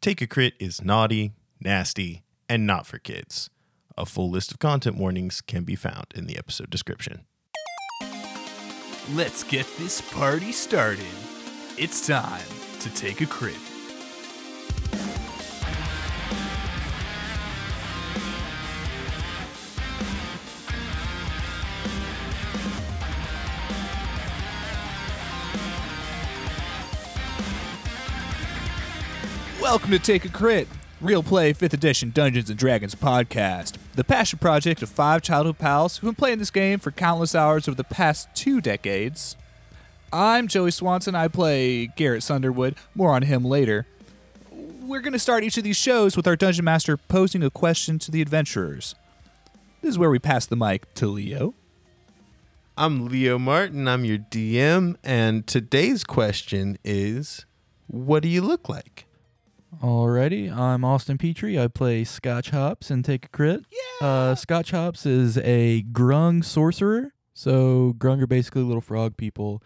Take a Crit is naughty, nasty, and not for kids. A full list of content warnings can be found in the episode description. Let's get this party started. It's time to take a crit. Welcome to Take a Crit, Real Play 5th Edition Dungeons and Dragons podcast, the passion project of five childhood pals who've been playing this game for countless hours over the past two decades. I'm Joey Swanson. I play Garrett Sunderwood. More on him later. We're going to start each of these shows with our dungeon master posing a question to the adventurers. This is where we pass the mic to Leo. I'm Leo Martin, I'm your DM, and today's question is What do you look like? Alrighty, I'm Austin Petrie. I play Scotch Hops and take a crit. Yeah. Uh, Scotch Hops is a grung sorcerer. So grung are basically little frog people.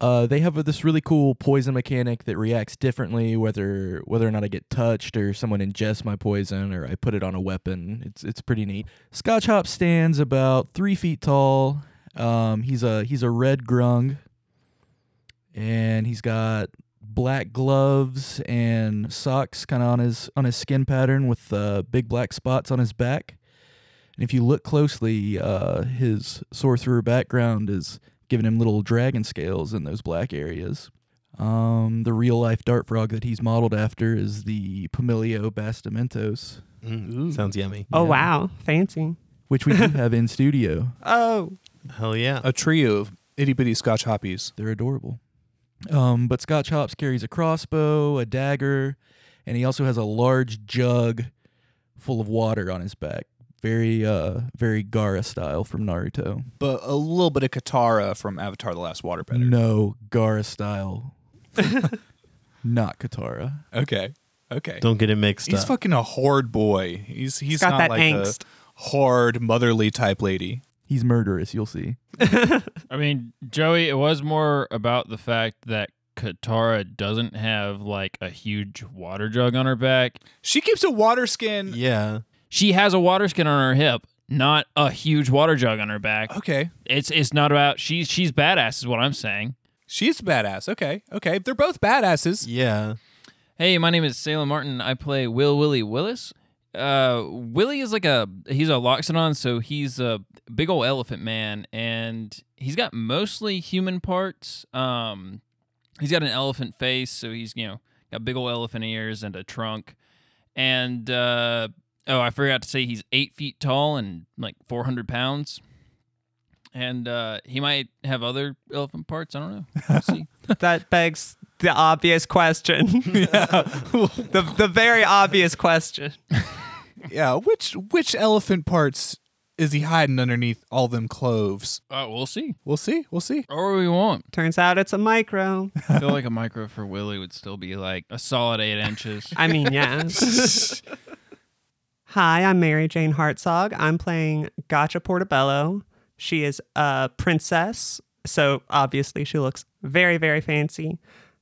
Uh, they have this really cool poison mechanic that reacts differently whether whether or not I get touched or someone ingests my poison or I put it on a weapon. It's it's pretty neat. Scotch Hop stands about three feet tall. Um, he's a he's a red grung, and he's got black gloves and socks kind of on his on his skin pattern with uh, big black spots on his back and if you look closely uh, his sorcerer background is giving him little dragon scales in those black areas um, the real life dart frog that he's modeled after is the Pamilio bastamentos Mm, Sounds yummy. Oh wow, fancy. which we do have in studio Oh, Hell yeah. A trio of itty bitty Scotch hoppies. They're adorable. Um, but Scotch Hops carries a crossbow, a dagger, and he also has a large jug full of water on his back. Very, uh, very Gara style from Naruto. But a little bit of Katara from Avatar The Last Waterbender. No Gara style, not Katara. Okay. Okay. Don't get it mixed He's up. fucking a horde boy. He's he's got not that like angst. a hard motherly type lady. He's murderous. You'll see. I mean, Joey, it was more about the fact that Katara doesn't have like a huge water jug on her back. She keeps a water skin. yeah. She has a water skin on her hip, not a huge water jug on her back. Okay. It's it's not about she's she's badass is what I'm saying. She's badass. Okay. Okay. They're both badasses. Yeah. Hey, my name is Salem Martin. I play Will Willie Willis. Uh, Willie is like a he's a loxodon, so he's a big old elephant man, and he's got mostly human parts. Um, he's got an elephant face, so he's you know got big old elephant ears and a trunk. And uh, oh, I forgot to say he's eight feet tall and like four hundred pounds. And uh, he might have other elephant parts. I don't know. We'll see. that begs the obvious question. the the very obvious question. Yeah. Which which elephant parts is he hiding underneath all them cloves? uh, we'll see. We'll see. We'll see. Or we won't. Turns out it's a micro. I feel like a micro for Willie would still be like a solid eight inches. I mean, yeah. Hi, I'm Mary Jane Hartzog. I'm playing Gotcha Portobello. She is a princess, so obviously she looks very, very fancy.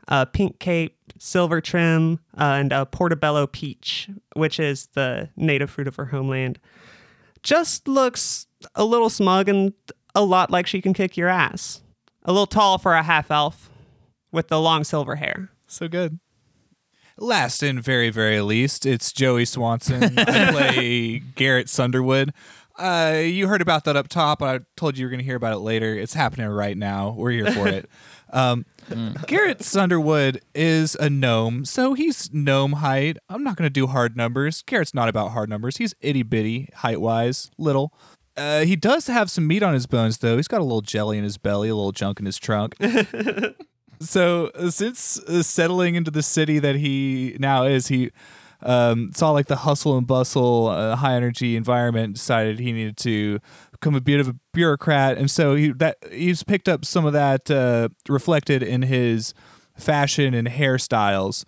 A pink cape, silver trim, uh, and a portobello peach, which is the native fruit of her homeland. Just looks a little smug and a lot like she can kick your ass. A little tall for a half elf with the long silver hair. So good. Last and very, very least, it's Joey Swanson. I play Garrett Sunderwood. Uh, you heard about that up top. I told you you were going to hear about it later. It's happening right now. We're here for it. Um, Garrett Sunderwood is a gnome, so he's gnome height. I'm not going to do hard numbers. Garrett's not about hard numbers. He's itty bitty height wise, little. Uh, he does have some meat on his bones, though. He's got a little jelly in his belly, a little junk in his trunk. So uh, since uh, settling into the city that he now is, he um, saw like the hustle and bustle, uh, high energy environment. Decided he needed to become a bit of a bureaucrat, and so he that he's picked up some of that uh, reflected in his fashion and hairstyles.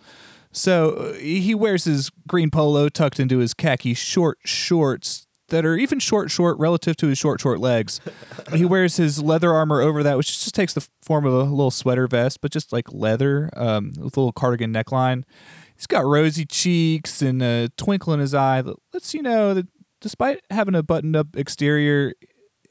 So uh, he wears his green polo tucked into his khaki short shorts that are even short short relative to his short short legs. he wears his leather armor over that, which just takes the form of a little sweater vest, but just like leather um, with a little cardigan neckline. He's got rosy cheeks and a twinkle in his eye that lets you know that despite having a buttoned up exterior,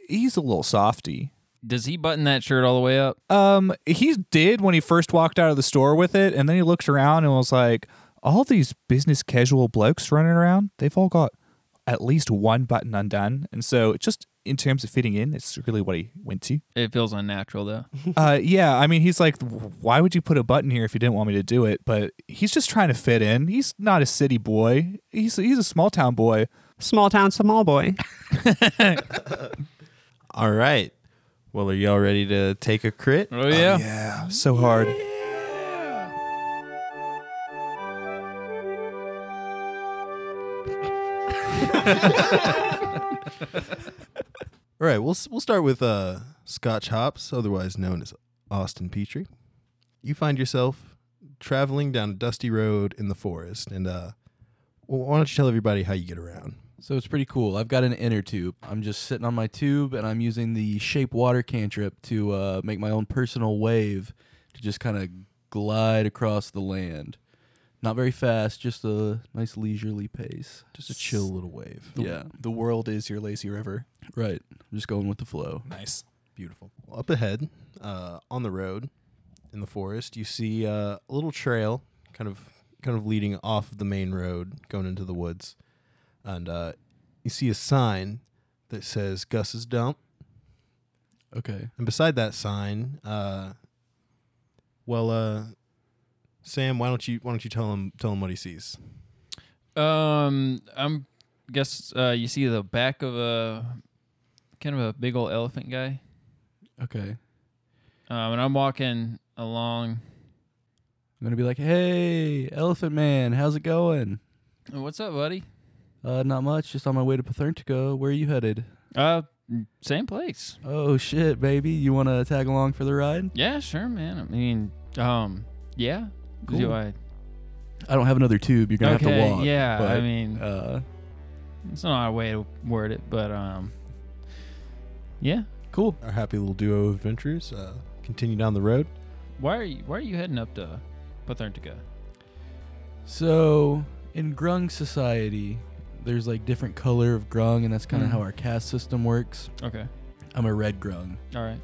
he's a little softy. Does he button that shirt all the way up? Um, he did when he first walked out of the store with it, and then he looked around and was like, "All these business casual blokes running around, they've all got at least one button undone." And so, it's just in terms of fitting in, it's really what he went to. It feels unnatural though. uh, yeah, I mean, he's like, "Why would you put a button here if you didn't want me to do it?" But he's just trying to fit in. He's not a city boy. He's he's a small town boy. Small town, small boy. All right. Well, are y'all ready to take a crit? Oh yeah. Yeah, so hard. All right, we'll s- we'll start with uh, Scotch hops, otherwise known as Austin Petrie. You find yourself traveling down a dusty road in the forest, and uh, well, why don't you tell everybody how you get around? So it's pretty cool. I've got an inner tube. I'm just sitting on my tube and I'm using the shape water cantrip to uh, make my own personal wave to just kind of glide across the land. Not very fast, just a nice leisurely pace. Just a chill little wave. Yeah, The world is your lazy river. right. I'm just going with the flow. Nice. Beautiful. Well, up ahead, uh, on the road, in the forest, you see uh, a little trail, kind of kind of leading off of the main road, going into the woods, and uh, you see a sign that says Gus's Dump. Okay. And beside that sign, uh, well, uh, Sam, why don't you why don't you tell him tell him what he sees? Oh, Um, I'm guess uh, you see the back of a kind of a big old elephant guy, Okay. um, and I'm walking along. I'm going to be like, hey, Elephant Man, how's it going? "Oh, What's up, buddy? Uh, not much, just on my way to Patherntico. Where are you headed? Uh, same place. Oh, shit, baby. You want to tag along for the ride? Yeah, sure, man. I mean, um, yeah. Cool. Do I? I don't have another tube. You're going to okay, have to walk. yeah. I but, mean, Uh, it's not a way to word it, but um, yeah. cool. Our happy little duo of adventures uh, continue down the road. Why are you Why are you heading up to Patherntica? So in Grung society, there's like different color of Grung, and that's kind of Mhm. how our caste system works. Okay. I'm a red Grung, All right.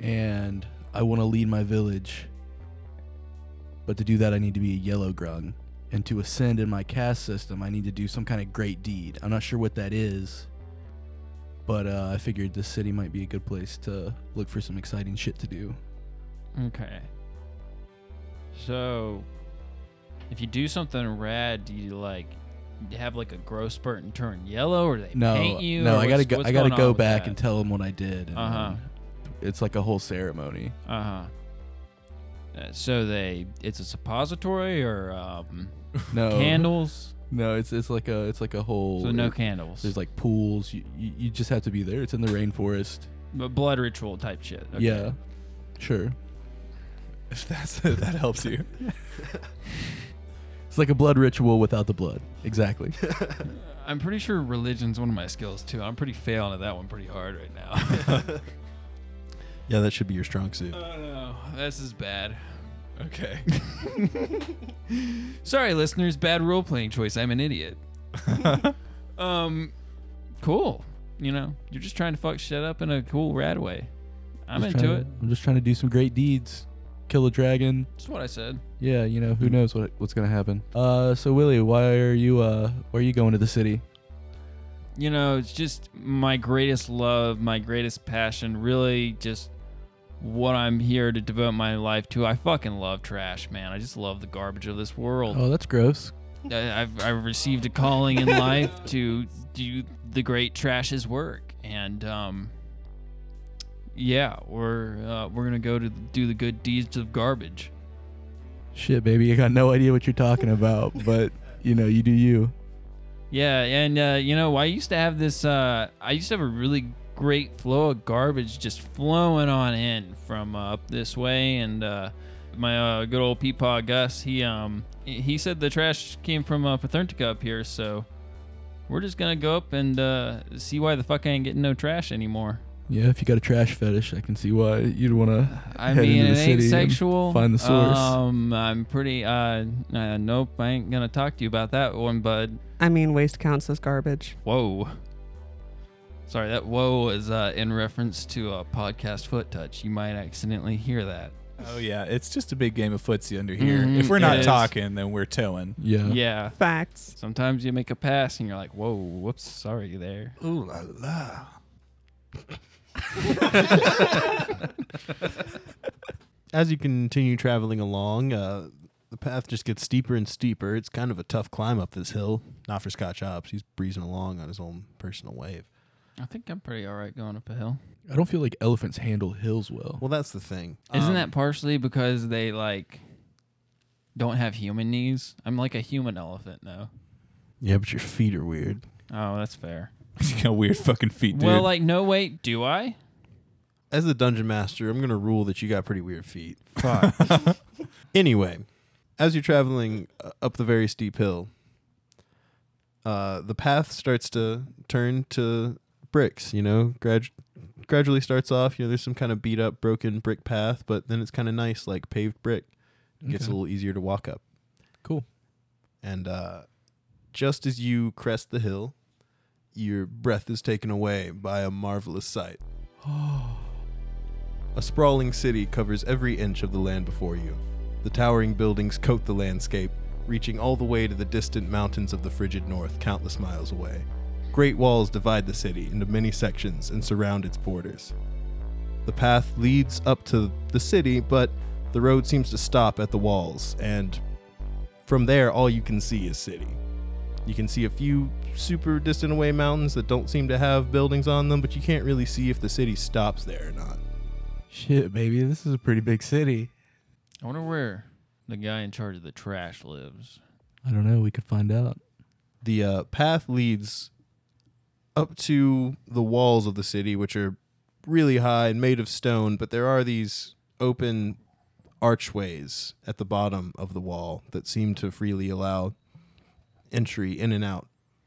and I want to lead my village. But to do that, I need to be a yellow Grung. And to ascend in my caste system, I need to do some kind of great deed. I'm not sure what that is, but uh, I figured this city might be a good place to look for some exciting shit to do. Okay. So, if you do something rad, do you like have like a growth spurt and turn yellow, or do they No, paint you? no, or I gotta what's- go. what's I gotta going on go with back that? and tell them what I did. and Uh-huh. then It's like a whole ceremony. Uh-huh. Uh, So they, it's a suppository or um, No candles. No, it's it's like a it's like a whole. So no it- candles. There's like pools. You, you you just have to be there. It's in the rainforest. B- blood ritual type shit. Okay. Yeah, sure. If that's that helps you. It's like a blood ritual without the blood. Exactly. Uh, I'm pretty sure religion's one of my skills too. I'm pretty failing at that one pretty hard right now. Yeah, that should be your strong suit. oh no, this is bad. Okay. Sorry, listeners. Bad role playing choice. I'm an idiot. um, cool. You know, you're just trying to fuck shit up in a cool rad way. I'm Just into trying it. to- I'm just trying to do some great deeds. Kill a dragon. That's what I said. Yeah, you know who Mm. knows what what's gonna happen. Uh, so Willie, why are you uh why are you going to the city? You know, it's just my greatest love, my greatest passion. Really, just what I'm here to devote my life to. I fucking love trash, man. I just love the garbage of this world. Oh, that's gross. I- Uh, I've, I've received a calling in life to do the great trash's work, and um, yeah, we're uh, we're gonna go to do the good deeds of garbage. Shit, baby, I got no idea what you're talking about, but you know you do you. Yeah, and uh, you know, I used to have this. Uh, I used to have a really great flow of garbage just flowing on in from uh, up this way, and uh, my uh, good old Peepaw Gus, he um, he said the trash came from uh, Patherntica up here, so we're just gonna go up and uh, see why the fuck I ain't getting no trash anymore. Yeah, if you got a trash fetish, I can see why you'd want to. I head mean, into it the ain't city and sexual. find the source. Um, I'm pretty. Uh, uh, nope. I ain't gonna talk to you about that one, bud. I mean, waste counts as garbage. Whoa. Sorry, that whoa is uh, in reference to a podcast foot touch. You might accidentally hear that. Oh yeah, it's just a big game of footsie under here. Mhm, if we're it not is. talking, then we're towing. Yeah. Yeah. Facts. Sometimes you make a pass and you're like, whoa, whoops, sorry there. Ooh la la. As you continue traveling along, uh, the path just gets steeper and steeper. It's kind of a tough climb up this hill. Not for Scotch Hops. He's breezing along on his own personal wave. I think I'm pretty all right going up a hill. I don't feel like elephants handle hills well. Well, that's the thing. Isn't Um, that partially because they like don't have human knees? I'm like a human elephant though. Yeah, but your feet are weird. Oh, that's fair. you got weird fucking feet, dude. Well, like no wait, do I? As the dungeon master, I'm gonna rule that you got pretty weird feet. Fuck. anyway, as you're traveling uh, up the very steep hill, uh, the path starts to turn to bricks. You know, grad- gradually starts off. You know, there's some kind of beat up, broken brick path, but then it's kind of nice, like paved brick. It Gets a Okay. little easier to walk up. Cool. And uh, just as you crest the hill, your breath is taken away by a marvelous sight. A sprawling city covers every inch of the land before you. The towering buildings coat the landscape, reaching all the way to the distant mountains of the frigid north, countless miles away. Great walls divide the city into many sections and surround its borders. The path leads up to the city, but the road seems to stop at the walls, and from there, all you can see is city. You can see a few super distant away mountains that don't seem to have buildings on them, but you can't really see if the city stops there or not. Shit, baby, this is a pretty big city. I wonder where the guy in charge of the trash lives. I don't know. We could find out. the uh, path leads up to the walls of the city, which are really high and made of stone, but there are these open archways at the bottom of the wall that seem to freely allow entry in and out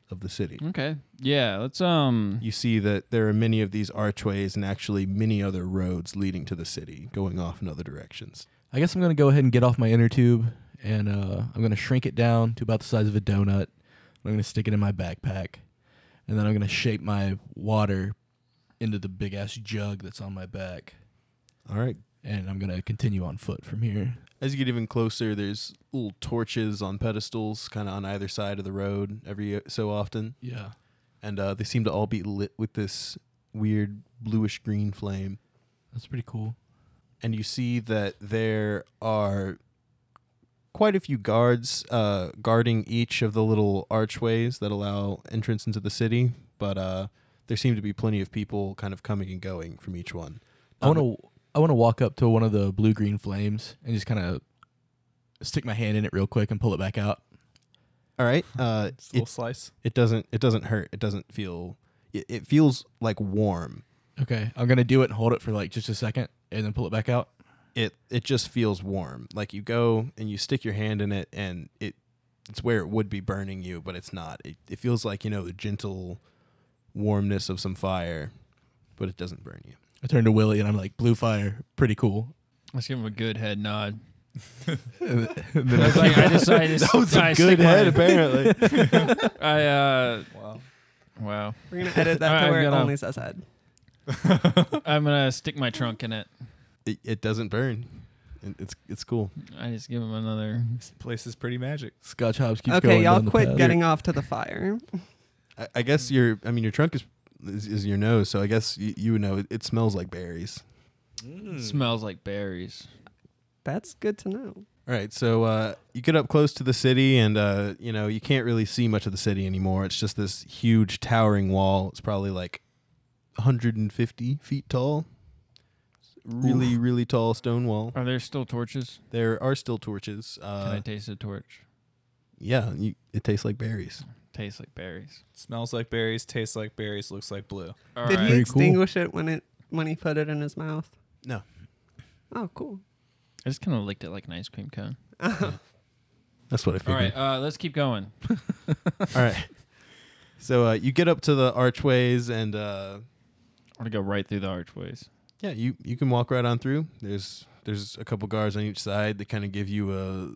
of the city. Okay. Yeah, let's um You see that there are many of these archways and actually many other roads leading to the city going off in other directions. I guess I'm gonna go ahead and get off my inner tube, and uh, I'm gonna shrink it down to about the size of a donut. I'm gonna stick it in my backpack, and then I'm gonna shape my water into the big ass jug that's on my back, All right. and I'm gonna continue on foot from here. As you get even closer, there's little torches on pedestals kind of on either side of the road every uh, so often. Yeah. and uh, they seem to all be lit with this weird bluish green flame. That's pretty cool. And you see that there are quite a few guards uh, guarding each of the little archways that allow entrance into the city, but uh, there seem to be plenty of people kind of coming and going from each one. Um, I want to I want to walk up to one of the blue green flames and just kind of stick my hand in it real quick and pull it back out. All right, uh, Just a little it, slice. it doesn't it doesn't hurt. It doesn't feel. It, it feels like warm. Okay, I'm gonna do it and hold it for like just a second and then pull it back out. it it just feels warm. Like you go and you stick your hand in it, and it it's where it would be burning you, but it's not. It it feels like you know the gentle warmness of some fire, but it doesn't burn you. I turn to Willie and I'm like, "Blue fire, pretty cool." let's give him a good head nod. And then I, I- was like, I just I just I stick my- apparently. I uh Wow. wow. We're gonna edit that Alright, to where it I'm gonna- only says head. I'm gonna stick my trunk in it. it, it doesn't burn. It- It's it's cool. I just give him another This place is pretty magic. Scotch Hobbs keeps going. Okay, y'all down the quit path. getting off to the fire. I, I guess your I mean your trunk is is, is your nose, so I guess you, you would know it, it smells like berries. Mm. Hmm. smells like berries. That's good to know. All right, so uh, you get up close to the city, and uh, you know you can't really see much of the city anymore. It's just this huge towering wall. It's probably like 150 feet tall. It's a Really, really tall stone wall. Are there still torches? There are still torches. Can I Uh, taste a torch? yeah, you, it tastes like berries. Tastes like berries. Smells like berries, tastes like berries, looks like blue. Did All right. he Very cool. extinguish it when it when he put it in his mouth? No. Oh, cool. I just kind of licked it like an ice cream cone. That's what I All figured. right, uh, let's keep going. All right. So uh, you get up to the archways, and uh, I'm gonna go right through the archways. Yeah, you you can walk right on through. There's there's a couple guards on each side that kind of give you a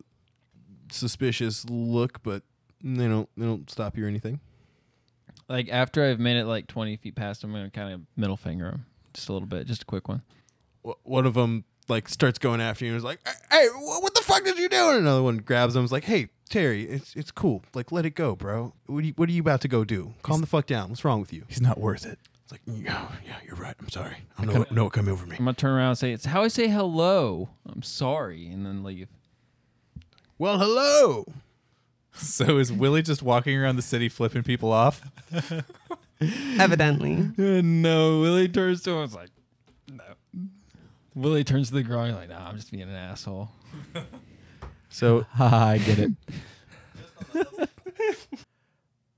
suspicious look, but they don't they don't stop you or anything. Like after I've made it like 20 feet past, I'm gonna kind of middle finger him just a little bit, just a quick one. Wh- One of them like starts going after you and is like, "Hey, wh- what the fuck did you do?" And another one grabs him. and is like, "Hey, Terry, it's it's cool. Like, let it go, bro. What are you, what are you about to go do? Calm the fuck down. What's wrong with you?" He's not worth it. It's like, "Yeah, yeah, you're right. I'm sorry. I don't know, what, know what came over me." I'm gonna turn around and say, "It's how I say hello. I'm sorry," and then leave. Well, hello. So is Willie just walking around the city flipping people off? Evidently. no, Willie turns to him. I was like, no. Willie turns to the girl. You're like, nah, I'm just being an asshole. So Haha, I get it.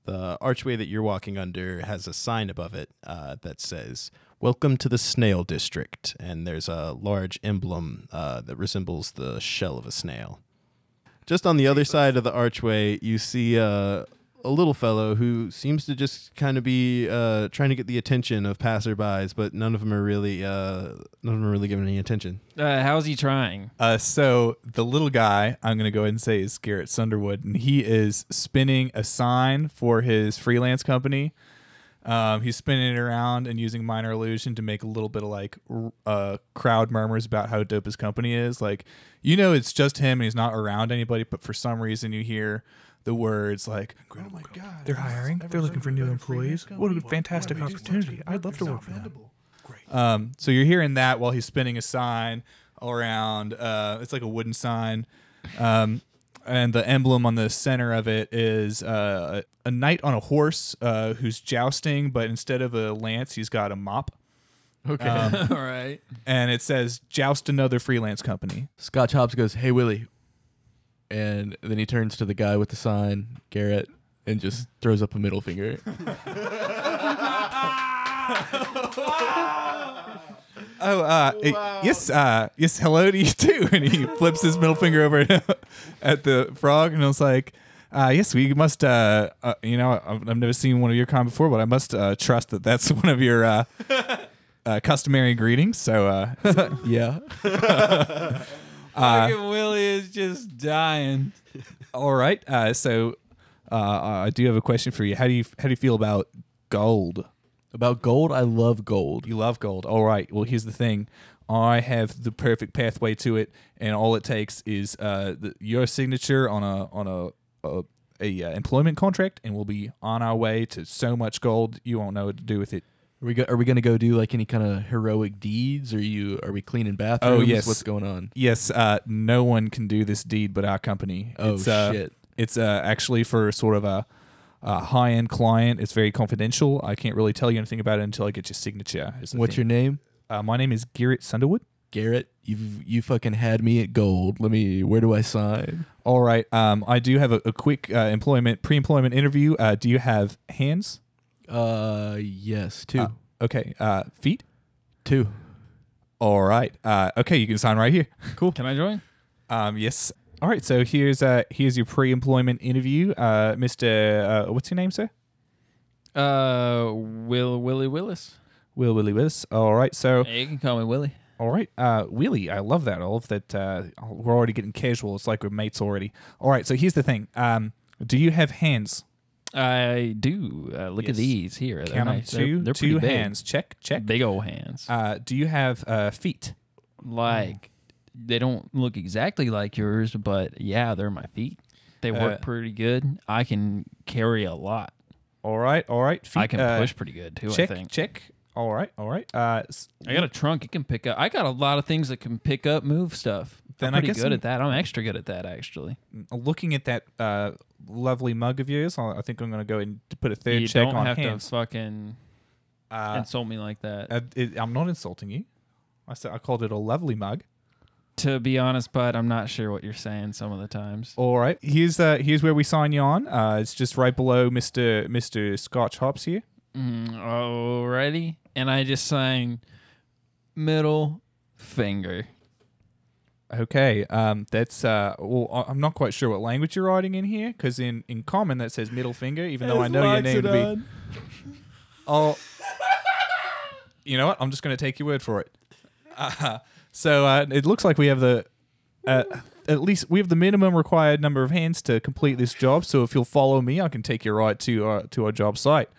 The archway that you're walking under has a sign above it uh, that says, Welcome to the Snail District. And there's a large emblem uh, that resembles the shell of a snail. Just on the other side of the archway, you see uh, a little fellow who seems to just kind of be uh, trying to get the attention of passerbys, but none of them are really uh, none of them are really giving any attention. Uh, how's he trying? Uh, so the little guy, I'm going to go ahead and say is Garrett Sunderwood, and he is spinning a sign for his freelance company. Um, he's spinning it around and using minor illusion to make a little bit of like r- uh, crowd murmurs about how dope his company is. Like, you know, it's just him and he's not around anybody, but for some reason you hear the words like, "Oh my god, They're hiring. They're looking for new employees. What a fantastic opportunity. I'd love to work for them. Um, so you're hearing that while he's spinning a sign all around. Uh, it's like a wooden sign. Um, and the emblem on the center of it is uh, a knight on a horse uh, who's jousting, but instead of a lance, he's got a mop. Okay, Um, all right. And it says, Joust another freelance company. Scotch Hobbs goes, Hey, Willie. And then he turns to the guy with the sign, Garrett, and just throws up a middle finger. Oh, uh, it- yes, uh, yes, hello to you too. And he flips his middle finger over at the frog, and I was like, uh, yes, we must, uh, uh, you know, I've, I've never seen one of your kind before, but I must uh, trust that that's one of your uh, uh, customary greetings. So, uh, yeah. Fucking Willie is just dying. all right. Uh, so, uh, I do have a question for you. How do you how do you feel about gold? About gold, I love gold. You love gold. All right. Well, here's the thing. I have the perfect pathway to it, and all it takes is uh, the, your signature on a on a a, a uh, employment contract, and we'll be on our way to so much gold you won't know what to do with it. Are we, go- are we gonna go do like any kind of heroic deeds? Are you are we cleaning Oh, bathrooms? yes. What's going on? Yes, uh, no one can do this deed but our company. Oh, it's, uh, shit. It's uh, actually for sort of a, a high end client. It's very confidential. I can't really tell you anything about it until I get your signature. is the What's your thing. name? Uh, my name is Garrett Sunderwood. Garrett. You've you fucking had me at gold. Let me. Where do I sign? All right. Um, I do have a, a quick uh, employment pre-employment interview. Uh, do you have hands? Uh, yes, two, Uh, okay. Uh, feet. two. All right. Uh, okay. You can sign right here. Can I join? Um, yes. All right. So here's uh here's your pre-employment interview. Uh, Mr. Uh, what's your name, sir? Uh, Will Willie Willis. Will Willie Willis. All right. So Hey, you can call me Willie. all right. Uh, Willie, I love that. I love that. Uh, we're already getting casual. It's like we're mates already. All right. So here's the thing. Um, do you have hands? I do. Uh, look Yes. at these here. They're Count 'em. nice. They're- Two. they're two pretty big. hands. Check. Check. Big old hands. Uh, do you have uh feet? like they don't look exactly like yours, but yeah, they're my feet. They work Uh, pretty good. I can carry a lot. All right, all right. Feet, I can uh, push pretty good too. Check, I think. check. All right, all right. Uh, s- I got a trunk. It can pick up. I got a lot of things that can pick up, move stuff. Then I I'm pretty guess good I'm- at that. I'm extra good at that actually. looking at that uh, lovely mug of yours, I I think I'm going to go ahead and put a third you check don't on have hands. to fucking uh, insult me like that. uh, it- I'm not insulting you. I said I called it a lovely mug. to be honest, but I'm not sure what you're saying some of the times. All right, here's uh, here's where we sign you on. Uh, it's just right below Mister Mister Scotch Hops here. Mm, alrighty, and I just sign middle finger. Okay, um, that's uh, well, I- I'm not quite sure what language you're writing in here because in in common that says middle finger, even though I know your name to be. Oh, you know what? I'm just going to take your word for it. Uh, so uh, it looks like we have the uh, at least we have the minimum required number of hands to complete this job. So if you'll follow me, I can take you right to our, to our job site.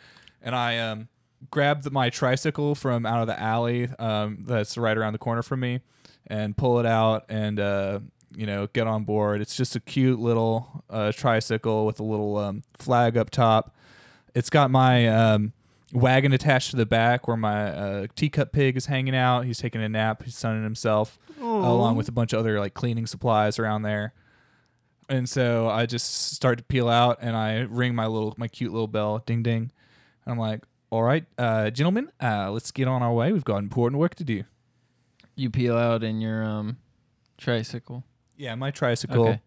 And I um, grab the, my tricycle from out of the alley um, that's right around the corner from me, and pull it out and uh, you know get on board. It's just a cute little uh, tricycle with a little um, flag up top. It's got my um, wagon attached to the back where my uh, teacup pig is hanging out. He's taking a nap. He's sunning himself, uh, along with a bunch of other like cleaning supplies around there. And so I just start to peel out, and I ring my little my cute little bell, ding ding. And I'm like, "All right, uh, gentlemen, uh, let's get on our way. We've got important work to do." You peel out in your um tricycle. Yeah, my tricycle. Okay.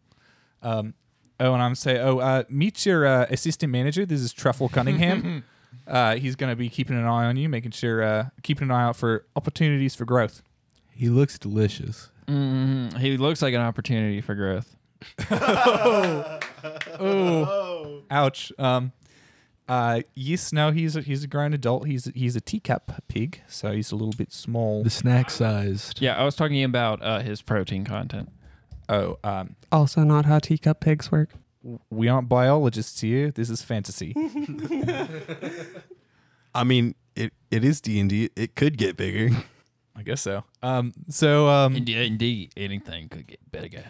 Um, oh, and I'm say, oh, uh, meet your uh, assistant manager. This is Truffle Cunningham. uh, he's going to be keeping an eye on you, making sure uh, keeping an eye out for opportunities for growth. He looks delicious. hmm He looks like an opportunity for growth. Oh, ouch. Um, uh, yes, no, he's a, he's a grown adult. He's he's a teacup pig, so he's a little bit small. The snack sized. Yeah, I was talking about uh, his protein content. Oh, um, Also, not how teacup pigs work. we aren't biologists here. This is fantasy. I mean, it, it is D and D. It could get bigger. I guess so. Um, so um, Indeed, indeed anything could get bigger.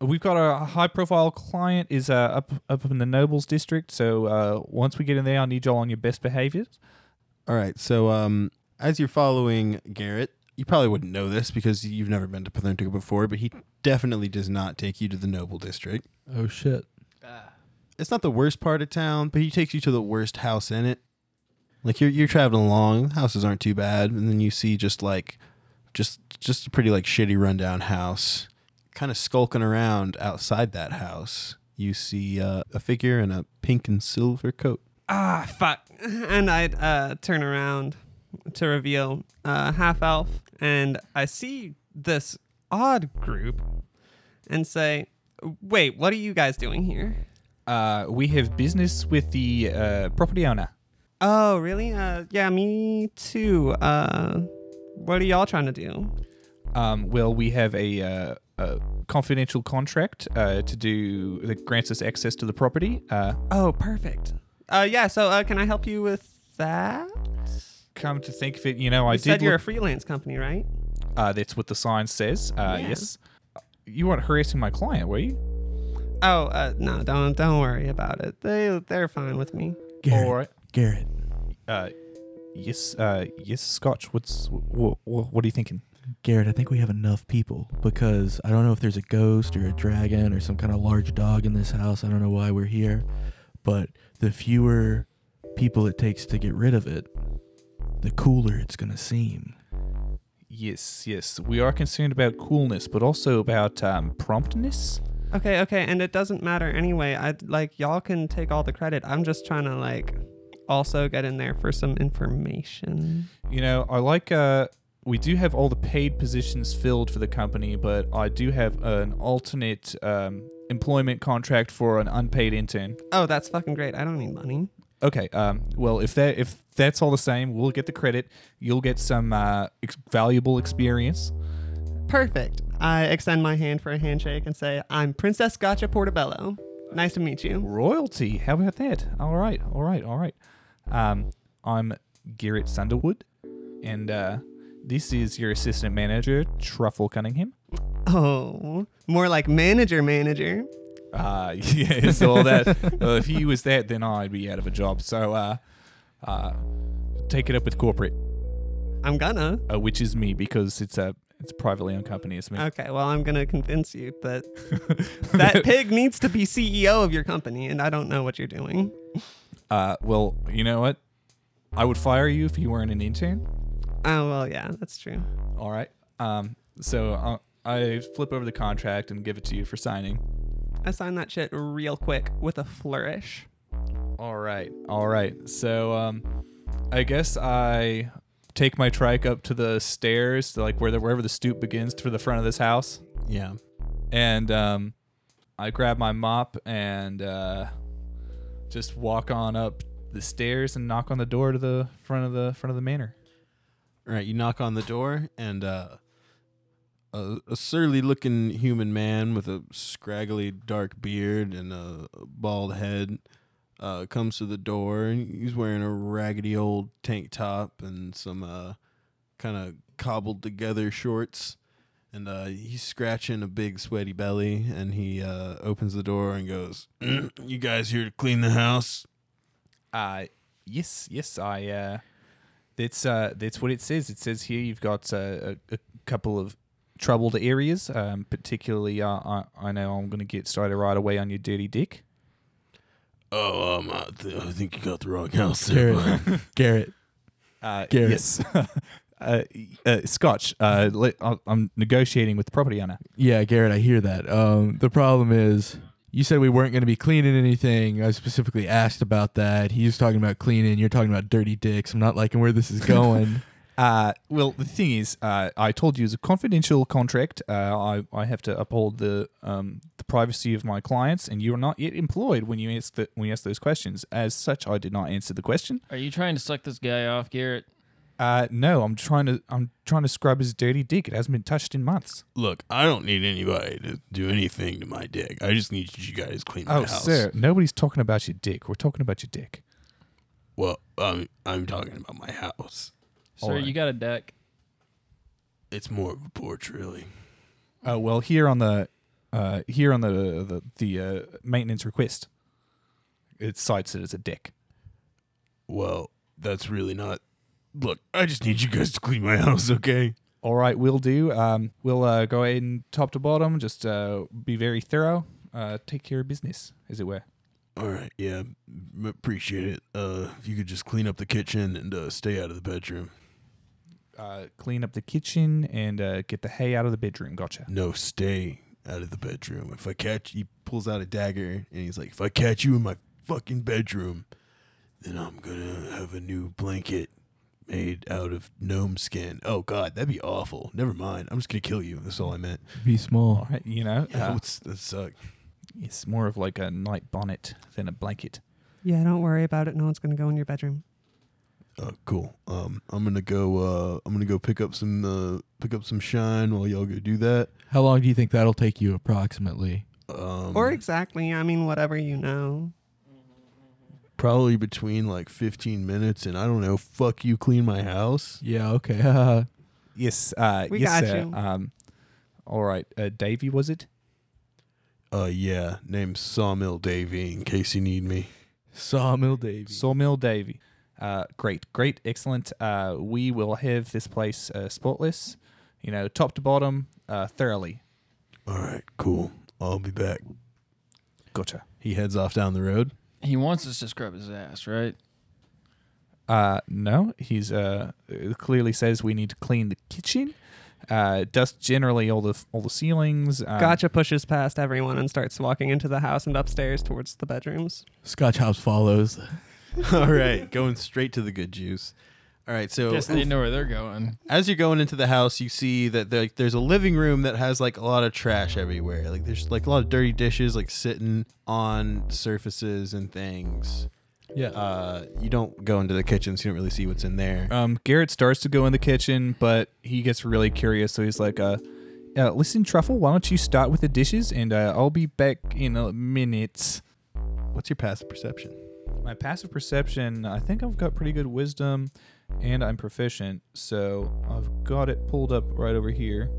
we've got a high profile client is uh, up up in the nobles district so uh, once we get in there i need y'all on your best behaviors All right. So, um, as you're following Garrett, you probably wouldn't know this because you've never been to Pathuntica before, but he definitely does not take you to the noble district. Oh shit. It's not the worst part of town, but he takes you to the worst house in it. Like you're you're traveling along, the houses aren't too bad, and then you see just like, just just a pretty like shitty rundown house. Kind of skulking around outside that house, you see uh, a figure in a pink and silver coat. Ah, fuck. And I uh, turn around to reveal uh, half elf, and I see this odd group and say, Wait, what are you guys doing here? uh, we have business with the uh, property owner Oh, really? Uh, yeah, me too. Uh, what are y'all trying to do? um, well we have a, uh, a confidential contract uh, to do that grants us access to the property uh, Oh, perfect. Uh, yeah, so uh, can I help you with that? come to think of it you know i You did said you're look- a freelance company, right? uh, that's what the sign says uh, Yeah. yes you weren't harassing my client were you Oh, uh, no, don't don't worry about it. They they're fine with me. Garrett. all right Garrett. uh, yes uh, yes scotch what's wh- wh- what are you thinking Garrett, I think we have enough people because I don't know if there's a ghost or a dragon or some kind of large dog in this house. I don't know why we're here, but the fewer people it takes to get rid of it, the cooler it's going to seem. Yes, yes. We are concerned about coolness, but also about um, promptness. Okay, okay, and it doesn't matter anyway. I like y'all can take all the credit. I'm just trying to like also get in there for some information. You know, I like. Uh, we do have all the paid positions filled for the company, but I do have an alternate um, employment contract for an unpaid intern. Oh, that's fucking great. I don't need money. Okay. Um, well, if that if that's all the same, we'll get the credit. You'll get some uh, ex- valuable experience. Perfect. I extend my hand for a handshake and say, "I'm Princess Gotcha Portobello. Nice to meet you." Royalty. How about that? All right, all right, all right. Um, I'm Garrett Sunderwood, and uh, this is your assistant manager, Truffle Cunningham. Oh, more like manager, manager. Uh, yeah, so all that. uh, if he was that, then I'd be out of a job. So, uh, uh, take it up with corporate, I'm gonna. uh, which is me because it's a it's a privately owned company. It's me. Okay, well, I'm gonna convince you, but that pig needs to be CEO of your company, and I don't know what you're doing. Uh, well, you know what? I would fire you if you weren't an intern. Oh well, yeah, that's true. All right. Um, so uh, I flip over the contract and give it to you for signing. I signed that shit real quick with a flourish. All right, all right. So, um, I guess I take my trike up to the stairs, to like where the, wherever the stoop begins for the front of this house, Yeah. and um, I grab my mop and uh, just walk on up the stairs and knock on the door to the front of the front of the manor. Right, you knock on the door, and uh, a, a surly-looking human man with a scraggly dark beard and a bald head uh, comes to the door. And he's wearing a raggedy old tank top and some uh, kind of cobbled together shorts, and uh, he's scratching a big sweaty belly. And he uh, opens the door and goes, "Mm, "You guys here to clean the house?" Uh yes, yes, I uh that's uh that's what it says. It says here you've got uh, a, a couple of troubled areas. Um particularly uh, I I know I'm going to get started right away on your dirty dick. Oh, um, I, th- I think you got the wrong house there. bud." Garrett. Garrett. Uh Garrett. yes. uh, uh Scotch, uh let, I'll- I'm negotiating with the property owner. Yeah, Garrett, I hear that. Um, the problem is, you said we weren't going to be cleaning anything. I specifically asked about that. He was talking about cleaning. You're talking about dirty dicks. I'm not liking where this is going. Uh, well, the thing is, uh, I told you it's a confidential contract. Uh, I, I have to uphold the um, the privacy of my clients, and you are not yet employed when you ask the, when you ask those questions. As such, I did not answer the question. Are you trying to suck this guy off, Garrett? Uh, no, I'm trying to I'm trying to scrub his dirty dick. It hasn't been touched in months. Look, I don't need anybody to do anything to my dick. I just need you guys clean my Oh, house. sir, nobody's talking about your dick. We're talking about your dick. Well, um, I'm talking about my house. Sir, Alright. you got a deck. It's more of a porch, really. Uh, well, here on the uh, here on the the, the uh, maintenance request, it cites it as a dick. Well, that's really not. Look, I just need you guys to clean my house, okay? All right, we'll do. Um, we'll uh, go ahead and top to bottom, just uh, be very thorough, uh, take care of business, as it were. All right, yeah, m- appreciate it. Uh, if you could just clean up the kitchen and uh, stay out of the bedroom. Uh, clean up the kitchen and uh, get the hay out of the bedroom. Gotcha. No, stay out of the bedroom. If I catch, he pulls out a dagger and he's like, "If I catch you in my fucking bedroom, then I'm gonna have a new blanket made out of gnome skin." Oh God, that'd be awful. Never mind. I'm just gonna kill you. That's all I meant. Be All small. right, you know, That uh, would s- that suck. it's more of like a night bonnet than a blanket. Yeah, don't worry about it. No one's going to go in your bedroom. Uh, cool. Um, I'm gonna go. Uh, I'm gonna go pick up some. Uh, pick up some shine while y'all go do that. How long do you think that'll take you approximately? Um, Or exactly. I mean, whatever you know. probably between like 15 minutes and I don't know. Fuck you, clean my house. Yeah, okay. Yes, uh, We yes, got sir. you. Um, all right, uh, Davy, was it? Uh, yeah. Name's Sawmill Davy. In case you need me. Sawmill Davy. Sawmill Davy. Uh, great, great, excellent. Uh, we will have this place uh, spotless, you know, top to bottom, uh, thoroughly. All right. Cool. I'll be back. Gotcha. He heads off down the road. He wants us to scrub his ass, right? Uh, no, he's uh it clearly says we need to clean the kitchen, uh, dust generally all the all the ceilings. uh, Um, Gotcha pushes past everyone and starts walking into the house and upstairs towards the bedrooms. Scotch Hops follows. All right, going straight to the good juice. All right, so Guess they know where they're going. as you're going into the house, you see that there- there's a living room that has like a lot of trash everywhere. Like there's like a lot of dirty dishes like sitting on surfaces and things. Yeah. Uh, you don't go into the kitchen, so you don't really see what's in there. Uh, Um, Garrett starts to go in the kitchen, but he gets really curious, so he's like, uh, uh listen, Truffle, why don't you start with the dishes, and uh, I'll be back in a minute. What's your passive perception? My passive perception, I think I've got pretty good wisdom, and I'm proficient, so I've got it pulled up right over here.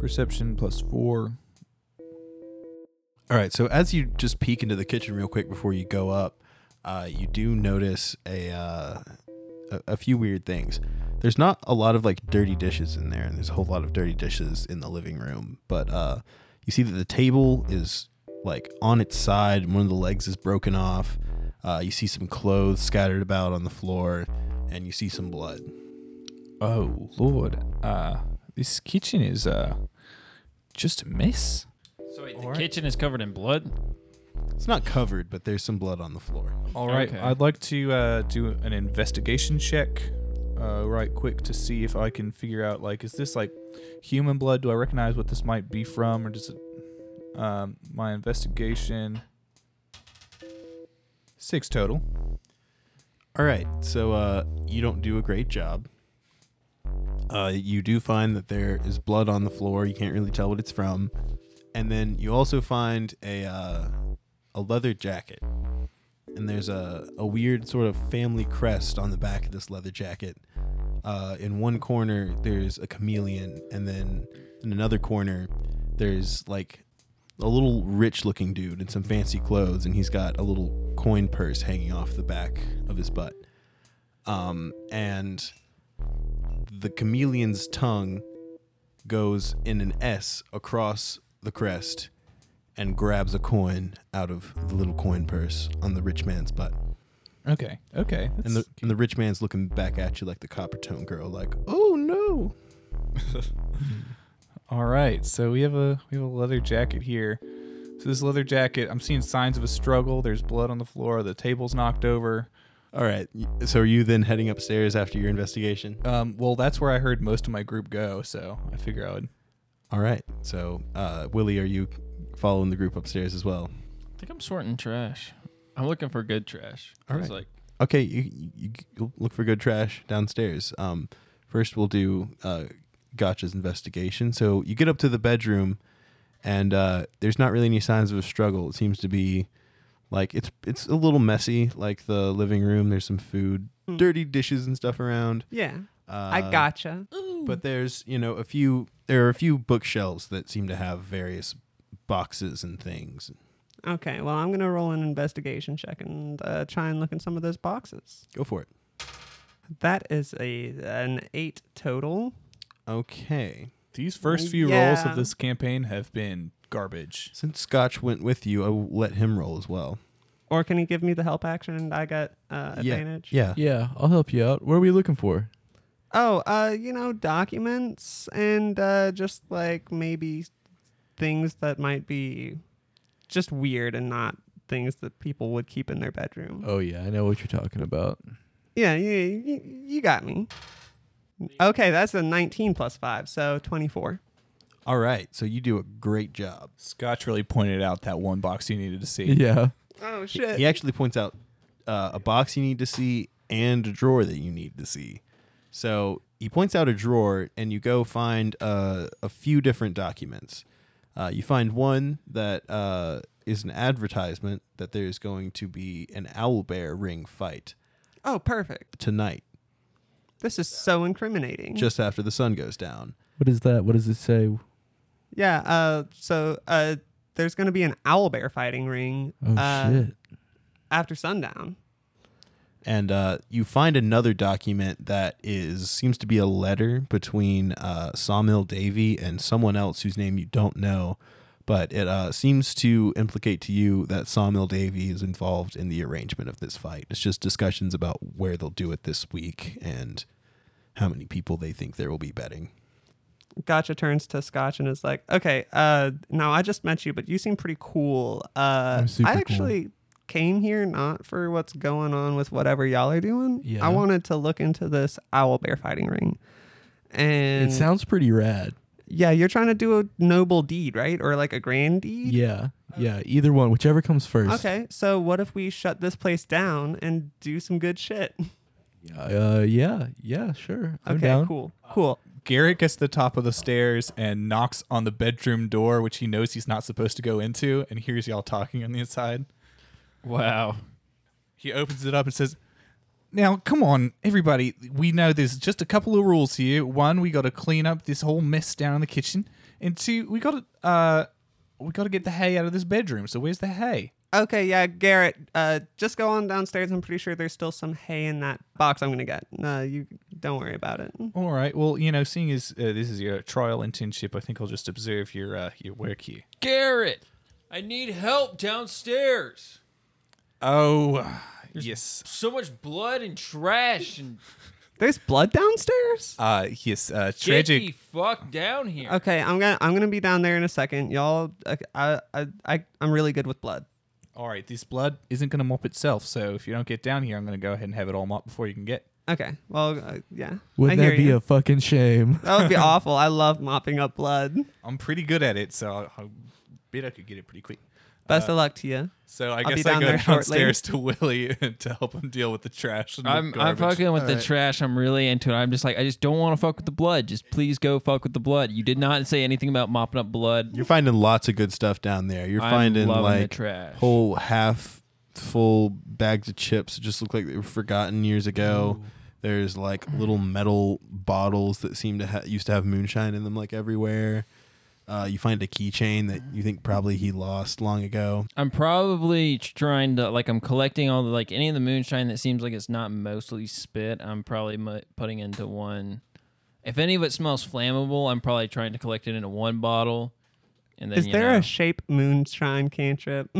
Perception plus four. All right, so as you just peek into the kitchen real quick before you go up, uh, you do notice a, uh, a a few weird things. There's not a lot of like dirty dishes in there, and there's a whole lot of dirty dishes in the living room. But uh, you see that the table is like on its side, and one of the legs is broken off. Uh, you see some clothes scattered about on the floor, and you see some blood. Oh Lord, uh, this kitchen is uh just a mess. So wait, the Alright. kitchen is covered in blood. It's not covered, but there's some blood on the floor. All right, Okay. I'd like to uh, do an investigation check, uh, right quick to see if I can figure out like is this like human blood? Do I recognize what this might be from, or does it? Um, my investigation six total. All right, so uh, you don't do a great job. Uh, you do find that there is blood on the floor. You can't really tell what it's from. And then you also find a uh, a leather jacket. And there's a, a weird sort of family crest on the back of this leather jacket. Uh, in one corner, there's a chameleon. And then in another corner, there's like a little rich looking dude in some fancy clothes. And he's got a little coin purse hanging off the back of his butt. Um, and the chameleon's tongue goes in an S across the crest and grabs a coin out of the little coin purse on the rich man's butt. Okay. Okay. And the, and the rich man's looking back at you like the copper tone girl, like, oh no. All right. So we have a we have a leather jacket here. So this leather jacket, I'm seeing signs of a struggle. There's blood on the floor. The table's knocked over. All right. So are you then heading upstairs after your investigation? Um, well, that's where I heard most of my group go. So I figure I would. All right. So, uh, Willie, are you following the group upstairs as well? I think I'm sorting trash. I'm looking for good trash. All I was right. like, Okay, you, you, you look for good trash downstairs. Um, first we'll do uh, Gotcha's investigation. So you get up to the bedroom, and uh, there's not really any signs of a struggle. It seems to be like it's it's a little messy, like the living room. There's some food, Hmm. dirty dishes and stuff around. Yeah. Uh, I gotcha. but there's you know a few there are a few bookshelves that seem to have various boxes and things. Okay. Well, I'm going to roll an investigation check and uh, try and look in some of those boxes. Go for it. That is a an eight total. Okay. These first few rolls Yeah. of this campaign have been garbage. Since Scotch went with you, I will let him roll as well. Or can he give me the help action and I got uh, advantage? Yeah. Yeah, I'll help you out. What are we looking for? Oh, uh, you know, documents and uh, just like maybe things that might be just weird and not things that people would keep in their bedroom. Oh yeah, I know what you're talking about. Yeah, you, you, you got me. Okay, that's a 19 plus 5, so 24. All right, so you do a great job. Scotch really pointed out that one box you needed to see. Yeah. Oh, shit. He actually points out uh, a box you need to see and a drawer that you need to see. So he points out a drawer, and you go find uh, a few different documents. Uh, you find one that uh, is an advertisement that there's going to be an owl bear ring fight Oh, perfect. tonight, This is so incriminating. just after the sun goes down. What is that? What does it say? Oh, yeah, uh, so uh, there's going to be an owl bear fighting ring Oh uh, shit. after sundown. and uh, you find another document that is seems to be a letter between uh, Sawmill Davy and someone else whose name you don't know, but it uh, seems to implicate to you that Sawmill Davy is involved in the arrangement of this fight. It's just discussions about where they'll do it this week and how many people they think there will be betting. Gotcha turns to Scotch and is like, "Okay, uh, now I just met you, but you seem pretty cool. Uh, I'm super I cool. actually came here not for what's going on with whatever y'all are doing. Yeah. I wanted to look into this owl bear fighting ring, and It sounds pretty rad. yeah, you're trying to do a noble deed, right, or like a grand deed. Yeah. Yeah. Either one, whichever comes first. e- Okay, so what if we shut this place down and do some good shit? Uh, yeah. Yeah. Sure. I'm okay, down. cool, cool. Garrett gets to the top of the stairs and knocks on the bedroom door, which he knows he's not supposed to go into, and hears y'all talking on the inside. wow. He opens it up and says, Now, come on, everybody. We know there's just a couple of rules here. One, we got to clean up this whole mess down in the kitchen. And two, we got to. Uh, we got to get the hay out of this bedroom. So where's the hay? Okay, yeah, Garrett, uh, just go on downstairs. I'm pretty sure there's still some hay in that box I'm gonna get. No, you don't worry about it. All right. Well, you know, seeing as uh, this is your trial internship, I think I'll just observe your uh, your work here. Garrett, I need help downstairs. Oh, yes. So much blood and trash and There's blood downstairs? Uh, yes. Uh, get tragic. the fuck down here. Okay, I'm gonna I'm gonna be down there in a second, y'all. I I I- I I'm really good with blood. All right, this blood isn't going to mop itself, so if you don't get down here, I'm going to go ahead and have it all mopped before you can get. Okay, well, uh, yeah. Would I that hear be you. a fucking shame? that would be awful. I love mopping up blood. I'm pretty good at it, so I, I bet I could get it pretty quick. Best Uh, of luck to you. So I I'll be guess I down go there shortly. downstairs to Willie to help him deal with the trash. And the I'm I'm garbage. fucking with the Alright. trash. I'm really into it. I'm just like I just don't want to fuck with the blood. Just please go fuck with the blood. You did not say anything about mopping up blood. You're finding lots of good stuff down there. You're I'm finding loving like the trash. whole half full bags of chips that just look like they were forgotten years ago. There's like little metal bottles that seem to ha- used to have moonshine in them like everywhere. Uh, you find a keychain that you think probably he lost long ago. I'm probably trying to like I'm collecting all the like any of the moonshine that seems like it's not mostly spit. I'm probably mu- putting into one. If any of it smells flammable, I'm probably trying to collect it into one bottle. And then Is you there know, a shape moonshine cantrip?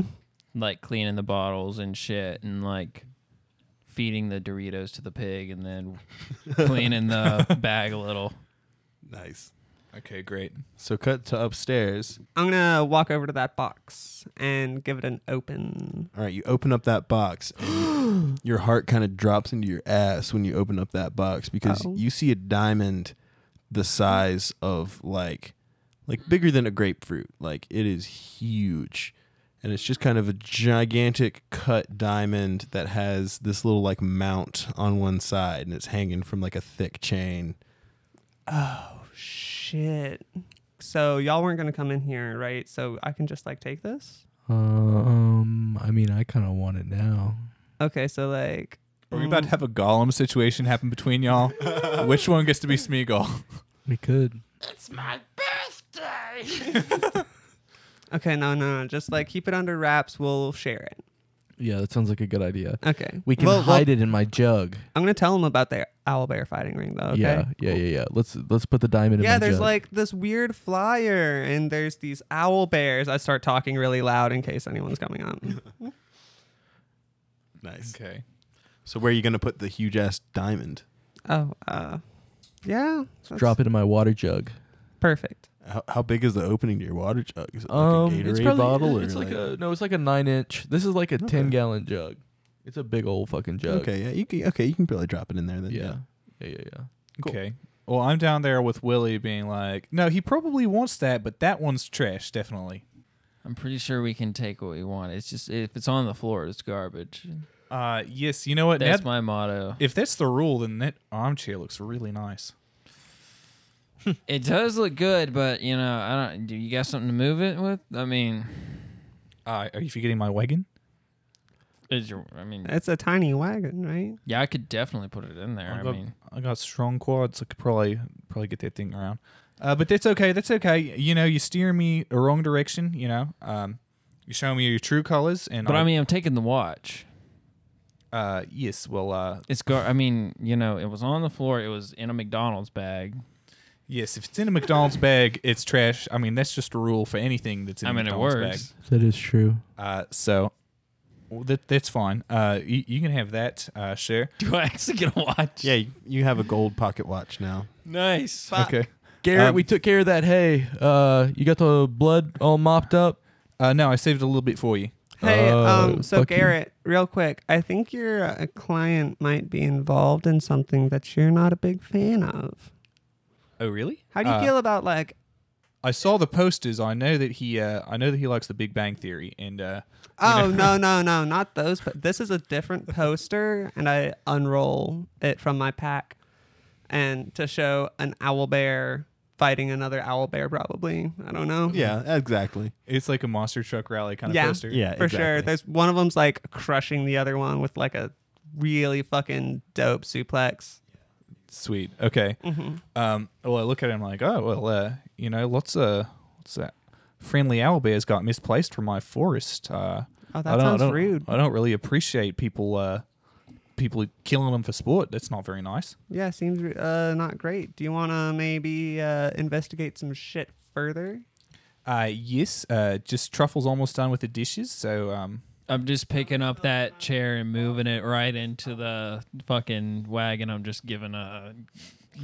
like cleaning the bottles and shit, and like feeding the Doritos to the pig, and then cleaning the bag a little. Nice. Okay, great. So cut to upstairs. I'm gonna walk over to that box and give it an open. All right, you open up that box, and your heart kind of drops into your ass when you open up that box because Oh. Uh-oh. you see a diamond the size of like like bigger than a grapefruit. Like it is huge. And it's just kind of a gigantic cut diamond that has this little like mount on one side and it's hanging from like a thick chain. Oh, Shit. So y'all weren't gonna come in here, right? So I can just like take this. Um, I mean, I kind of want it now. Okay, so like. Are we about to have a Gollum situation happen between y'all? Which one gets to be Smeagol? We could. um, Okay, no, no, no. Just like keep it under wraps. We'll share it. Yeah, that sounds like a good idea. Okay. We can Well, well, hide it in my jug. I'm gonna tell them about the owl bear fighting ring, though. Okay? Yeah, yeah, yeah, yeah. Let's let's put the diamond in Yeah, my there's jug. like this weird flyer, and there's these owl bears. I start talking really loud in case anyone's coming up. Nice. Okay. So where are you going to put the huge ass diamond? oh, uh, yeah. that's drop it in my water jug. Perfect. How, how big is the opening to your water jug? Is it like Um, a Gatorade it's probably, bottle or it's like, a no, it's like a nine inch. This is like a ten gallon jug. It's a big old fucking jug. Okay, yeah, you can, okay, you can probably drop it in there then. Yeah. Yeah, yeah, yeah. Okay. Well, I'm down there with Willie being like, no, he probably wants that, but that one's trash, definitely. I'm pretty sure we can take what we want. It's just if it's on the floor, it's garbage. Uh, yes, you know what? That's Ned- my motto. if that's the rule, then that armchair looks really nice. It does look good, but you know, I don't. Do you got something to move it with? I mean, Uh, are you forgetting my wagon? is your? I mean, It's a tiny wagon, right? yeah, I could definitely put it in there. I got, mean, I got strong quads. I could probably probably get that thing around. Uh, but that's okay. That's okay. You know, you steer me a wrong direction. You know, um, you show me your true colors, and but I'll- I mean, I'm taking the watch. uh, yes. Well, uh, It's gar. I mean, you know, it was on the floor. It was in a McDonald's bag. yes. If it's in a McDonald's bag, it's trash. I mean, that's just a rule for anything that's in I a mean, it McDonald's works. That is true. bag. Uh, so well, that that's fine. Uh, you, you can have that. Uh, share. Do I actually get a watch? Yeah, you- you have a gold pocket watch now. Nice. Okay. Garrett, Um, we took care of that. Hey, uh, you got the blood all mopped up. Uh, no, I saved a little bit for you. Hey, Oh, um, Uh, so fuck you. Garrett, real quick, I think your uh, client might be involved in something that you're not a big fan of. Oh, really? How do you Uh, feel about like? I saw the posters. I know that he. Uh, I know that he likes The Big Bang Theory, and uh, Oh no, no, no, not those. But this is a different poster, and I unroll it from my pack, and to show an owl bear fighting another owl bear, probably. I don't know. Yeah, exactly. It's like a monster truck rally kind of Yeah. poster. Yeah, for sure. exactly. There's one of them's like crushing the other one with like a really fucking dope suplex. Sweet. Okay. Mm-hmm. Um, well, I look at it. I'm like, oh well. Uh, you know, lots of what's that? Friendly owlbears got misplaced from my forest. Uh, Oh, I that don't, I sounds don't- rude. I don't really appreciate people. Uh, people killing them for sport. That's not very nice. Yeah, seems uh, not great. Do you want to maybe uh, investigate some shit further? Uh, yes. Uh, just truffle's almost done with the dishes, so um, I'm just picking up that chair and moving it right into the fucking wagon. I'm just giving a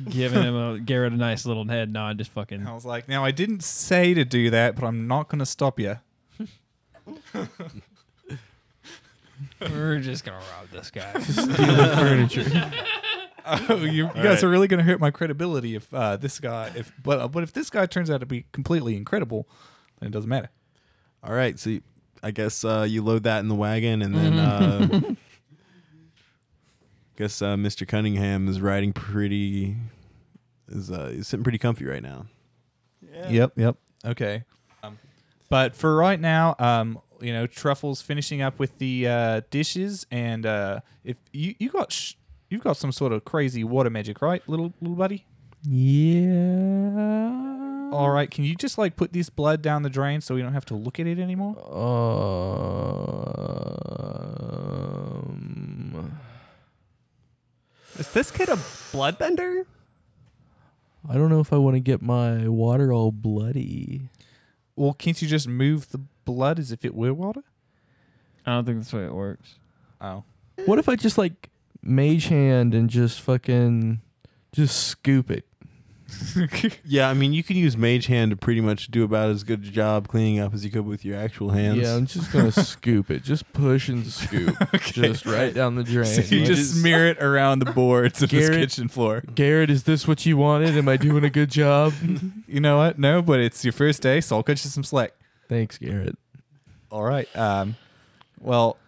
giving him a Garrett a nice little head nod. Just fucking. I was like, now I didn't say to do that, but I'm not gonna stop you. We're just gonna rob this guy. Oh, you, you guys are really going to hurt my credibility if uh, this guy, if but uh, but if this guy turns out to be completely incredible, then it doesn't matter. All right, so you- I guess uh, you load that in the wagon, and then uh, guess uh, Mr. Cunningham is riding pretty. Is uh, he's sitting pretty comfy right now. Yep, yep. Okay. Um, but for right now, um, you know, Truffle's finishing up with the uh, dishes, and uh, if you you got sh- you've got some sort of crazy water magic, right, little little buddy? Yeah. All right, can you just like put this blood down the drain so we don't have to look at it anymore? Um, Is this kid a bloodbender? I don't know if I want to get my water all bloody. Well, can't you just move the blood as if it were water? I don't think that's the way it works. Oh, What if I just like mage hand and just fucking just scoop it? Yeah, I mean you can use Mage Hand to pretty much do about as good a job cleaning up as you could with your actual hands. Yeah, I'm just gonna scoop it. Just push and scoop, just right down the drain. so you Like, just smear it around the boards of his Garrett- kitchen floor. Garrett, is this what you wanted? Am I doing a good job? You know what? No, but it's your first day, so I'll cut you some slack. Thanks, Garrett. All right. Um, well,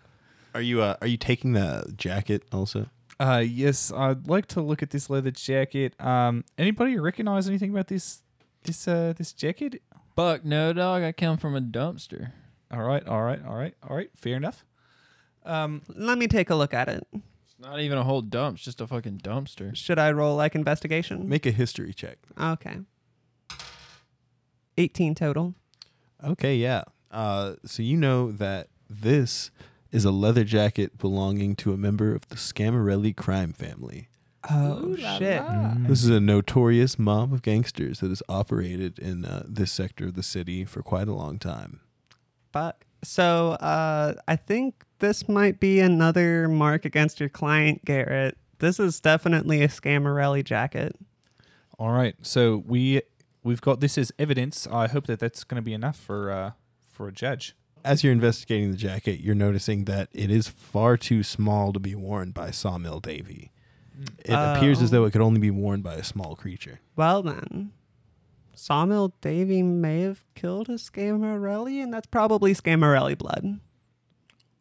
Are you uh, are you taking the jacket also? Uh, yes, I'd like to look at this leather jacket. Um, anybody recognize anything about this this uh this jacket? Buck, no dog. I come from a dumpster. All right, all right, all right, all right. Fair enough. Um, Let me take a look at it. It's not even a whole dump. It's just a fucking dumpster. Should I roll like investigation? Make a history check. Okay. 18 total. Okay, yeah. Uh, so you know that this is a leather jacket belonging to a member of the Scamarelli crime family. Oh, shit. Mm. This is a notorious mob of gangsters that has operated in uh, this sector of the city for quite a long time. Fuck. So uh, I think this might be another mark against your client, Garrett. This is definitely a Scamarelli jacket. all right. So we we've got this as evidence. I hope that that's going to be enough for uh for a judge. As you're investigating the jacket, you're noticing that it is far too small to be worn by Sawmill Davy. It appears as Oh. though it could only be worn by a small creature. Well then, Sawmill Davy may have killed a Scamarelli, and that's probably Scamarelli blood.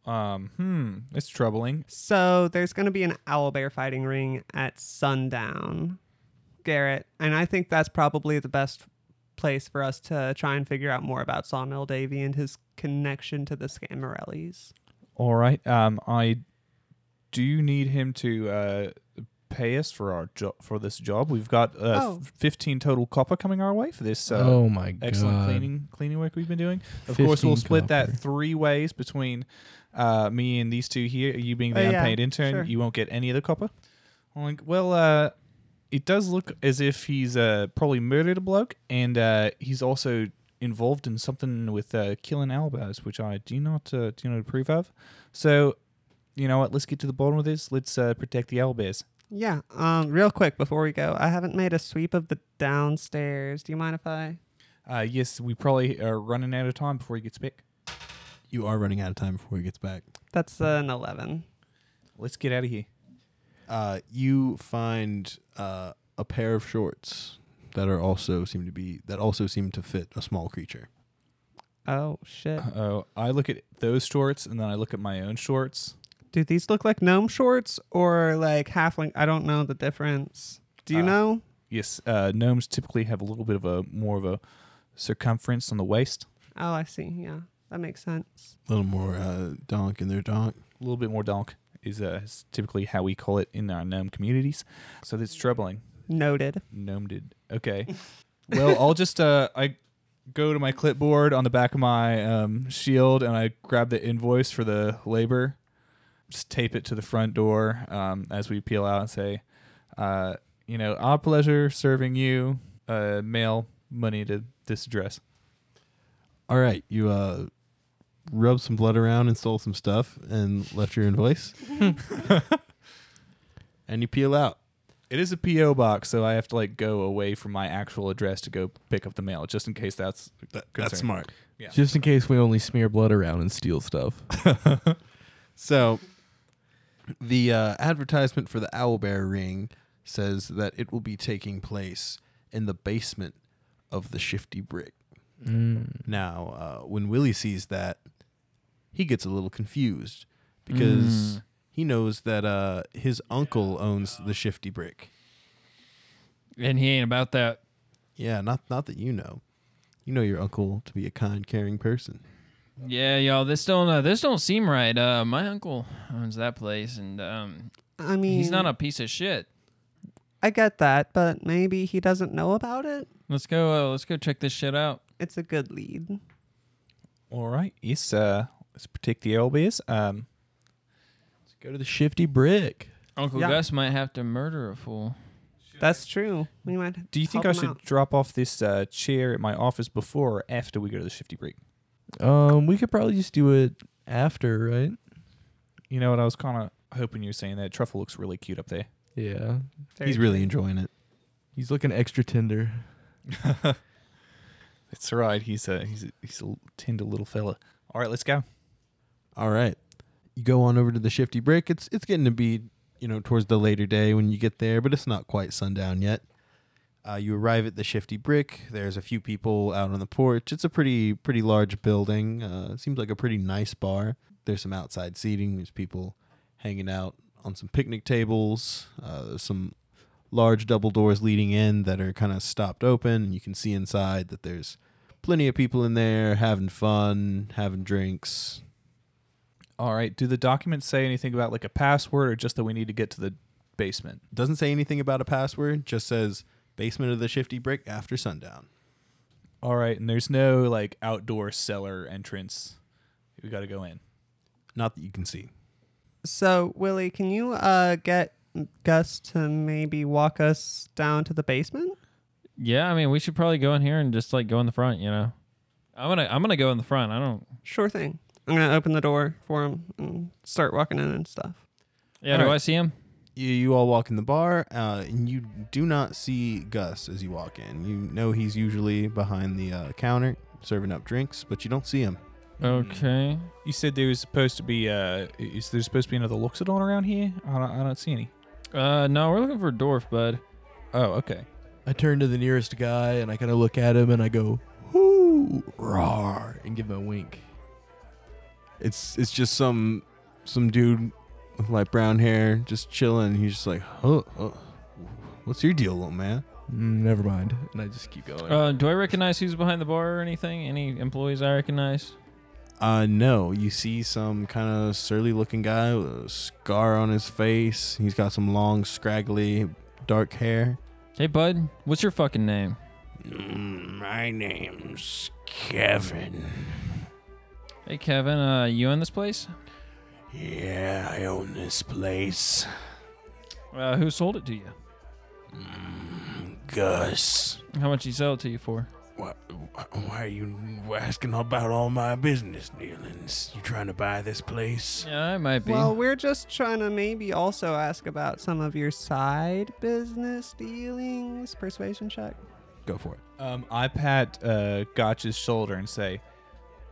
Um, hmm, it's troubling. So there's going to be an owl bear fighting ring at sundown, Garrett, and I think that's probably the best place for us to try and figure out more about Sawmill Davy and his connection to the Scamarellis. All right. Um, I do need him to uh pay us for our job for this job. We've got uh, Oh. f- fifteen total copper coming our way for this. Uh, oh my god! excellent cleaning cleaning work we've been doing. Of course, we'll 15 split copper. that three ways between uh, me and these two here. You being the Oh, yeah, unpaid intern, sure. you won't get any of the copper. I'm like, well, uh, it does look as if he's uh, probably murdered a bloke, and uh, he's also involved in something with uh, killing albas, which I do not uh, do not approve of. So. You know what? Let's get to the bottom of this. Let's uh, protect the owlbears. Yeah. Um. Real quick before we go, I haven't made a sweep of the downstairs. Do you mind if I? Uh, yes, we probably are running out of time before he gets back. You are running out of time before he gets back. That's an eleven. Let's get out of here. uh, you find uh, a pair of shorts that are also seem to be that also seem to fit a small creature. Oh shit. Oh, I look at those shorts and then I look at my own shorts. Do these look like gnome shorts or like halfling? I don't know the difference. Do you Uh, know? Yes, uh, gnomes typically have a little bit of a more of a circumference on the waist, Oh, I see. Yeah, that makes sense. A little more uh, donk in their donk. a little bit more donk is, uh, is typically how we call it in our gnome communities. So that's troubling. Noted. Gnome did okay. well, I'll just uh, I go to my clipboard on the back of my um, shield and I grab the invoice for the labor, just tape it to the front door um, as we peel out and say, uh, you know, our pleasure serving you uh, mail money to this address. All right, you uh, rubbed some blood around and stole some stuff and left your invoice, and you peel out. It is a PO box, so I have to like go away from my actual address to go pick up the mail, just in case that's concerning. smart. Just in case we only smear blood around and steal stuff. So, the uh, advertisement for the owlbear ring says that it will be taking place in the basement Mm. of the Shifty Brick. Now, uh, when Willie sees that, he gets a little confused because he knows that uh, his uncle owns the Shifty Brick. and he ain't about that. Yeah, not not that you know. You know your uncle to be a kind, caring person. Yeah, y'all, this don't uh, this don't seem right. Uh, my uncle owns that place, and um, I mean, he's not a piece of shit. I get that, but maybe he doesn't know about it. Let's go. Uh, let's go check this shit out. It's a good lead. All right, yes, uh, let's protect the elbows. Um, Go to the shifty brick. Uncle Yeah. Gus might have to murder a fool. That's true. We might. do you think I help him should out. drop off this uh, chair at my office before or after we go to the shifty break? Um, we could probably just do it after, right? You know what? I was kind of hoping you were saying that truffle looks really cute up there. Yeah. He's really enjoying it. He's looking extra tender. That's right. He's a he's a, he's a tender little fella. All right, let's go. All right. You go on over to the Shifty Brick. It's it's getting to be, you know, towards the later day when you get there, but it's not quite sundown yet. Uh, you arrive at the Shifty Brick. There's a few people out on the porch. It's a pretty pretty large building. Uh, it seems like a pretty nice bar. There's some outside seating. There's people hanging out on some picnic tables. Uh, there's some large double doors leading in that are kind of stopped open. And you can see inside that there's plenty of people in there having fun, having drinks, All right. Do the documents say anything about like a password or just that we need to get to the basement? doesn't say anything about a password just says basement of the shifty brick after sundown All right. And there's no like outdoor cellar entrance. We got to go in. not that you can see So Willie, can you uh get Gus to maybe walk us down to the basement? Yeah, I mean, we should probably go in here and just like go in the front. You know, I'm gonna I'm gonna go in the front. I don't. Sure thing. I'm gonna open the door for him and start walking in and stuff. Yeah, do Alright. I see him? you, you all walk in the bar uh, and you do not see gus as you walk in you know he's usually behind the uh, counter serving up drinks but you don't see him Okay. You said there was supposed to be uh is there supposed to be another Loxodon around here? I don't, I don't see any. Uh, no, we're looking for Dwarf, bud. Oh, okay. I turn to the nearest guy and I kind of look at him and I go, "Whoo, roar!" and give him a wink. it's it's just some some dude with like brown hair just chilling he's just like oh, oh, what's your deal little man Mm, never mind. And I just keep going. Uh, do I recognize who's behind the bar or anything? Any employees I recognize? Uh, no. You see some kind of surly looking guy with a scar on his face. He's got some long, scraggly, dark hair. Hey, bud, what's your fucking name? my name's Kevin. Hey, Kevin, uh, you own this place? Yeah, I own this place. Uh, who sold it to you? Gus. How much he sell it to you for? Why, why are you asking about all my business dealings? You trying to buy this place? Yeah, it might be. Well, we're just trying to maybe also ask about some of your side business dealings. Persuasion check. Go for it. Um I pat uh Gotch's shoulder and say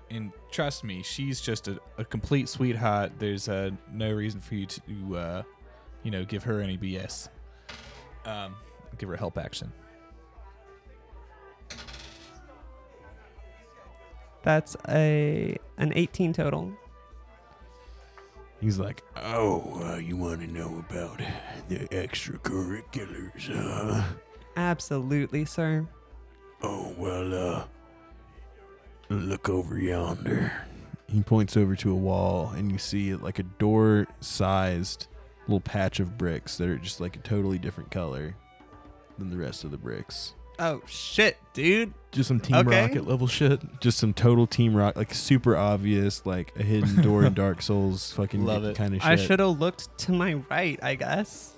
and trust me, she's just a, a complete sweetheart. There's uh, no reason for you to uh you know, give her any BS. Um give her a help action. That's a an 18 total. He's like, Oh, uh, you want to know about the extracurriculars, huh? Absolutely, sir. Oh, well, uh, look over yonder. He points over to a wall, and you see like a door sized little patch of bricks that are just like a totally different color than the rest of the bricks. Oh shit, dude. Just some Team okay. Rocket level shit. Just some total Team Rock, like super obvious, like a hidden door in Dark Souls fucking Love it. kind of shit. I should have looked to my right, I guess.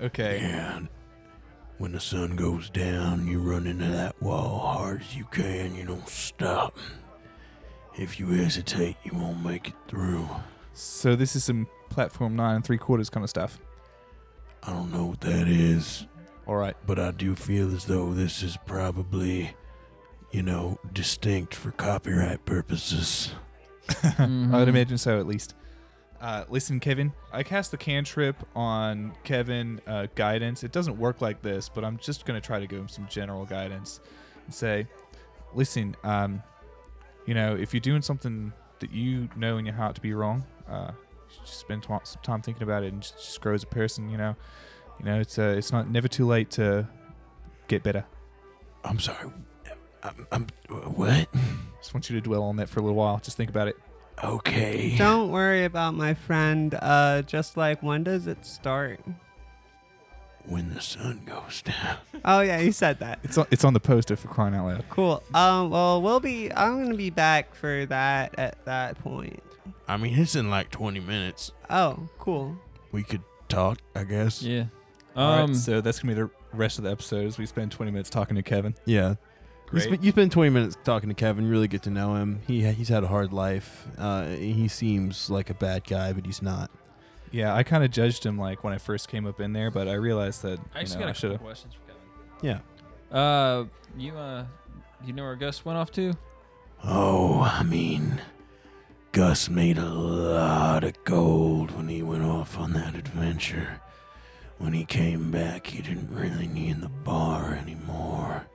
Okay. And when the sun goes down, you run into that wall hard as you can. You don't stop. If you hesitate, you won't make it through. So this is some platform nine and three quarters kind of stuff. I don't know what that is, All right. but I do feel as though this is probably, you know, distinct for copyright purposes. Mhm. I would imagine so at least. Uh, listen, Kevin, I cast the cantrip on Kevin uh, guidance. It doesn't work like this, but I'm just going to try to give him some general guidance and say, listen, um, you know, if you're doing something that you know in your heart to be wrong. Uh, just spend t- some time thinking about it and just, just grow as a person. You know, you know, it's uh, it's not never too late to get better. I'm sorry. I'm, I'm what? Just want you to dwell on that for a little while. Just think about it. Okay. Don't worry about my friend. Uh, just like when does it start? When the sun goes down. Oh yeah, you said that. It's on, it's on the poster for crying out loud. Cool. Um, well, we'll be. I'm gonna be back for that at that point. I mean, it's in like 20 minutes. Oh, cool. We could talk, I guess. Yeah. All Um, right, so that's gonna be the rest of the episode as we spend 20 minutes talking to Kevin. Yeah. You, Great. sp- you spend 20 minutes talking to Kevin, you really get to know him. He he's had a hard life. Uh, he seems like a bad guy, but he's not. Yeah, I kind of judged him like when I first came up in there, but I realized that you I actually know, I got a should couple have. questions for Kevin. Yeah. Uh, you uh, you know where Gus went off to? Oh, I mean, Gus made a lot of gold when he went off on that adventure. When he came back, he didn't really need the bar anymore.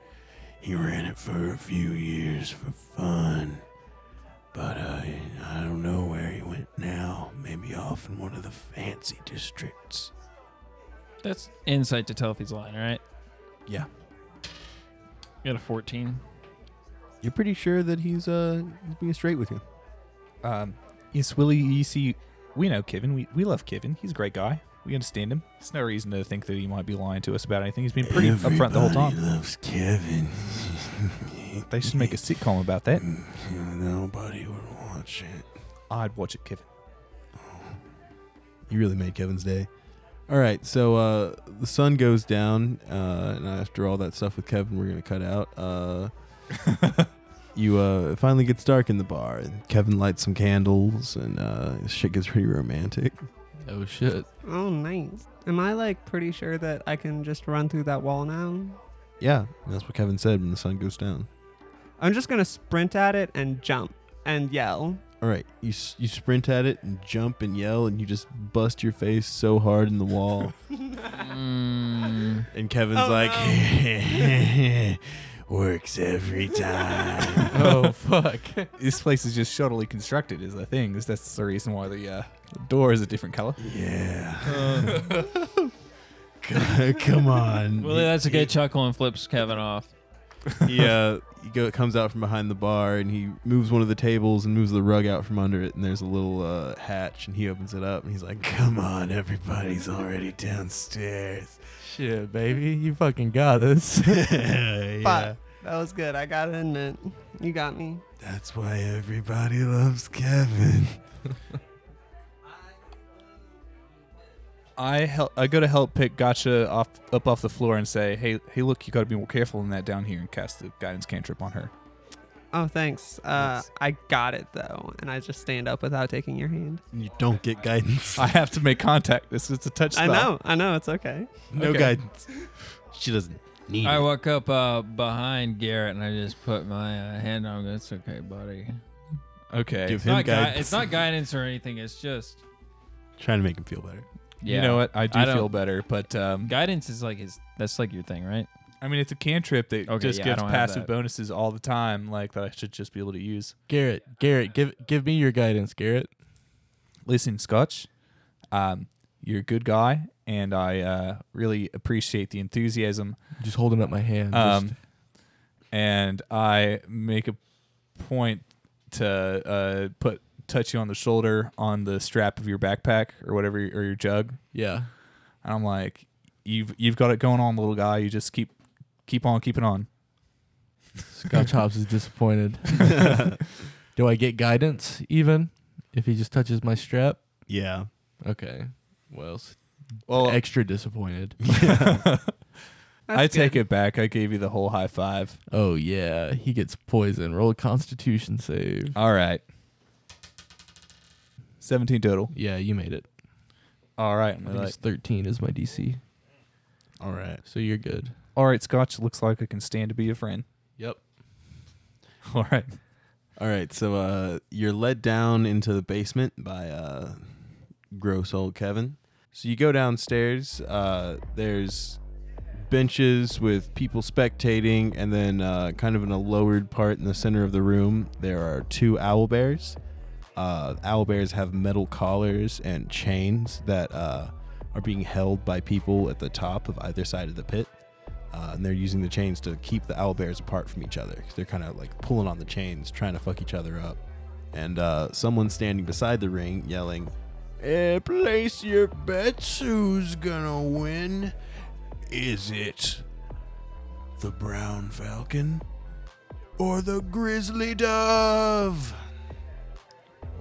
He ran it for a few years for fun. But uh, I don't know where he went now. Maybe off in one of the fancy districts. That's insight to tell if he's lying, right? Yeah. You got a 14. You're pretty sure that he's uh he's being straight with you. Um, yes, Willie, you see, we know Kevin. We, we love Kevin. He's a great guy. We understand him. There's no reason to think that he might be lying to us about anything. He's been pretty upfront the whole time. Everybody loves Kevin. They should make a sitcom about that. Nobody would watch it. I'd watch it, Kevin. You really made Kevin's day. All right, so uh, the sun goes down, uh, and after all that stuff with Kevin, we're gonna cut out. Uh, you uh, it finally gets dark in the bar, and Kevin lights some candles, and uh, shit gets pretty romantic. Oh shit. Oh, nice. Am I like pretty sure that I can just run through that wall now? Yeah, that's what Kevin said when the sun goes down. I'm just gonna sprint at it and jump and yell. All right, you s- you sprint at it and jump and yell, and you just bust your face so hard in the wall, Mm, and Kevin's Oh, like, Works every time. Oh fuck. This place is just shoddily constructed, is the thing. That's- That's the reason why the uh, door is a different color. Yeah. C- Come on. Willie, that's a good chuckle and flips Kevin off. he uh, he go, comes out from behind the bar and he moves one of the tables and moves the rug out from under it and there's a little uh, hatch and he opens it up and he's like Come on, everybody's already downstairs. Shit, baby. You fucking got this. But that was good. I gotta admit, you got me. That's why everybody loves Kevin. I hel- I go to help pick Gotcha off up off the floor and say, "Hey, hey, look, you got to be more careful than that down here," and cast the guidance cantrip on her. Oh, thanks. Uh, Yes. I got it though, and I just stand up without taking your hand. you don't get guidance I have to make contact. This is a touch I spell. know, I know, it's okay. no Okay. guidance she doesn't need I it. walk up uh, behind Garrett and I just put my uh, hand on him. It's okay, buddy. Okay. Give It's not, him gui- guidance it's not guidance or anything. It's just. trying to make him feel better Yeah. You know what? I do I don't- feel better, but um, Guidance is like his. That's like your thing, right? I mean, it's a cantrip that Okay, just yeah, I gives don't have passive that. bonuses all the time, like that I should just be able to use. Garrett, Garrett, give give me your guidance, Garrett. Listen, Scotch, um, you're a good guy, and I uh, really appreciate the enthusiasm. Just holding up my hand. Um, just- and I make a point to uh, put touch you on the shoulder on the strap of your backpack or whatever or your jug, yeah. and I'm like, you've you've got it going on, little guy. You just keep keep on keeping on. Scotch Hops is disappointed. Do I get guidance even if he just touches my strap? yeah Okay. Well, s- Well, extra disappointed. I take it back. I gave you the whole high five. Oh yeah, he gets poison. Roll a Constitution save. All right. 17 total. Yeah, you made it. All right. and I we're think like, it's thirteen is my DC, all right so you're good. All right, Scotch. Looks like I can stand to be a friend. Yep. All right. all right so uh, you're led down into the basement by uh, gross old Kevin so you go downstairs uh, there's benches with people spectating, and then uh, kind of in a lowered part in the center of the room, there are two owl bears. Uh, owlbears have metal collars and chains that uh, are being held by people at the top of either side of the pit. Uh, and they're using the chains to keep the owlbears apart from each other 'cause they're kind of like pulling on the chains, trying to fuck each other up. And uh, someone standing beside the ring yelling, Eh, place your bets. Who's gonna win? Is it the brown falcon or the grizzly dove?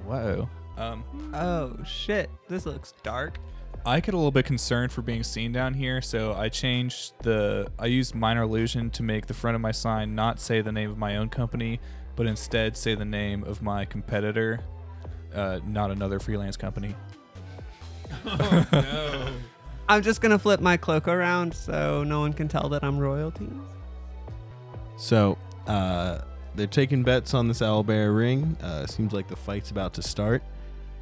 Whoa. Um, Oh shit, this looks dark. I get a little bit concerned for being seen down here, so I changed the. I used minor illusion to make the front of my sign not say the name of my own company, but instead say the name of my competitor, uh, not another freelance company. I'm just gonna flip my cloak around so no one can tell that I'm royalty. So uh, they're taking bets on this owlbear ring. Uh, seems like the fight's about to start.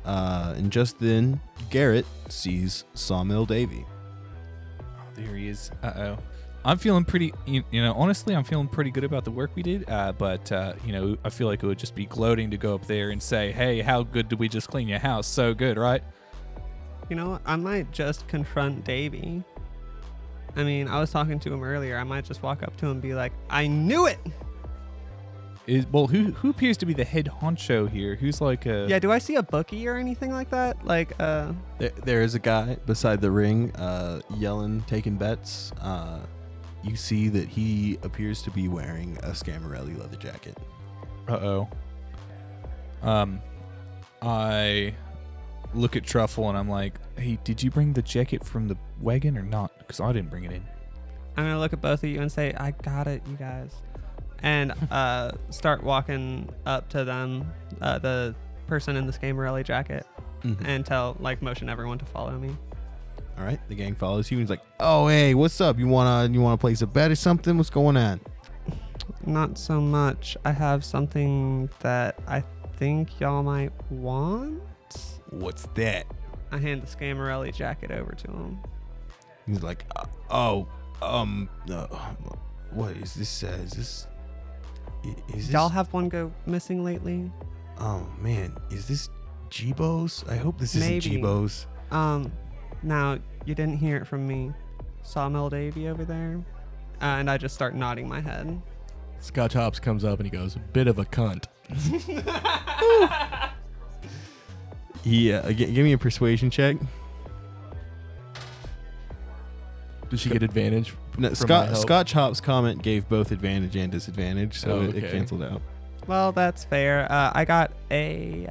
Uh, and just then, Garrett sees Sawmill Davy. Oh, there he is. Uh oh. I'm feeling pretty, you, you know, honestly, I'm feeling pretty good about the work we did, uh, but, uh, you know, I feel like it would just be gloating to go up there and say, hey, how good did we just clean your house? So good, right? You know, what? I might just confront Davy. I mean, I was talking to him earlier. I might just walk up to him and be like, I knew it! Is, well, who who appears to be the head honcho here? Who's like a. Yeah, do I see a bookie or anything like that? Like, uh, There, there is a guy beside the ring uh, yelling, taking bets. Uh, you see that he appears to be wearing a Scamarelli leather jacket. Uh oh. Um, I look at Truffle and I'm like, "Hey, did you bring the jacket from the wagon or not? Because I didn't bring it in." I'm gonna look at both of you and say, I got it, you guys. And uh, start walking up to them, uh, the person in the Scamarelli jacket, Mm-hmm. and tell, like, motion everyone to follow me. All right, the gang follows you. And he's like, "Oh, hey, what's up? You wanna you wanna place a bet or something? What's going on?" Not so much. I have something that I think y'all might want. What's that? I hand the Scamarelli jacket over to him. He's like, "Uh, "Oh, um, uh, what is this? Uh, is this? i- Is this? Y'all have one go missing lately? oh man, is this Jibos? I hope this isn't Maybe. Jibos. Um, now you didn't hear it from me. Sawmill Davy over there, uh, and I just start nodding my head. Scotch Hops comes up and he goes, "Bit of a cunt." Yeah, uh, g- give me a persuasion check. Does she get advantage? No, from my Scott help? Scott Chop's comment gave both advantage and disadvantage, so Oh, it- it okay. canceled out. Well, that's fair. Uh, I got a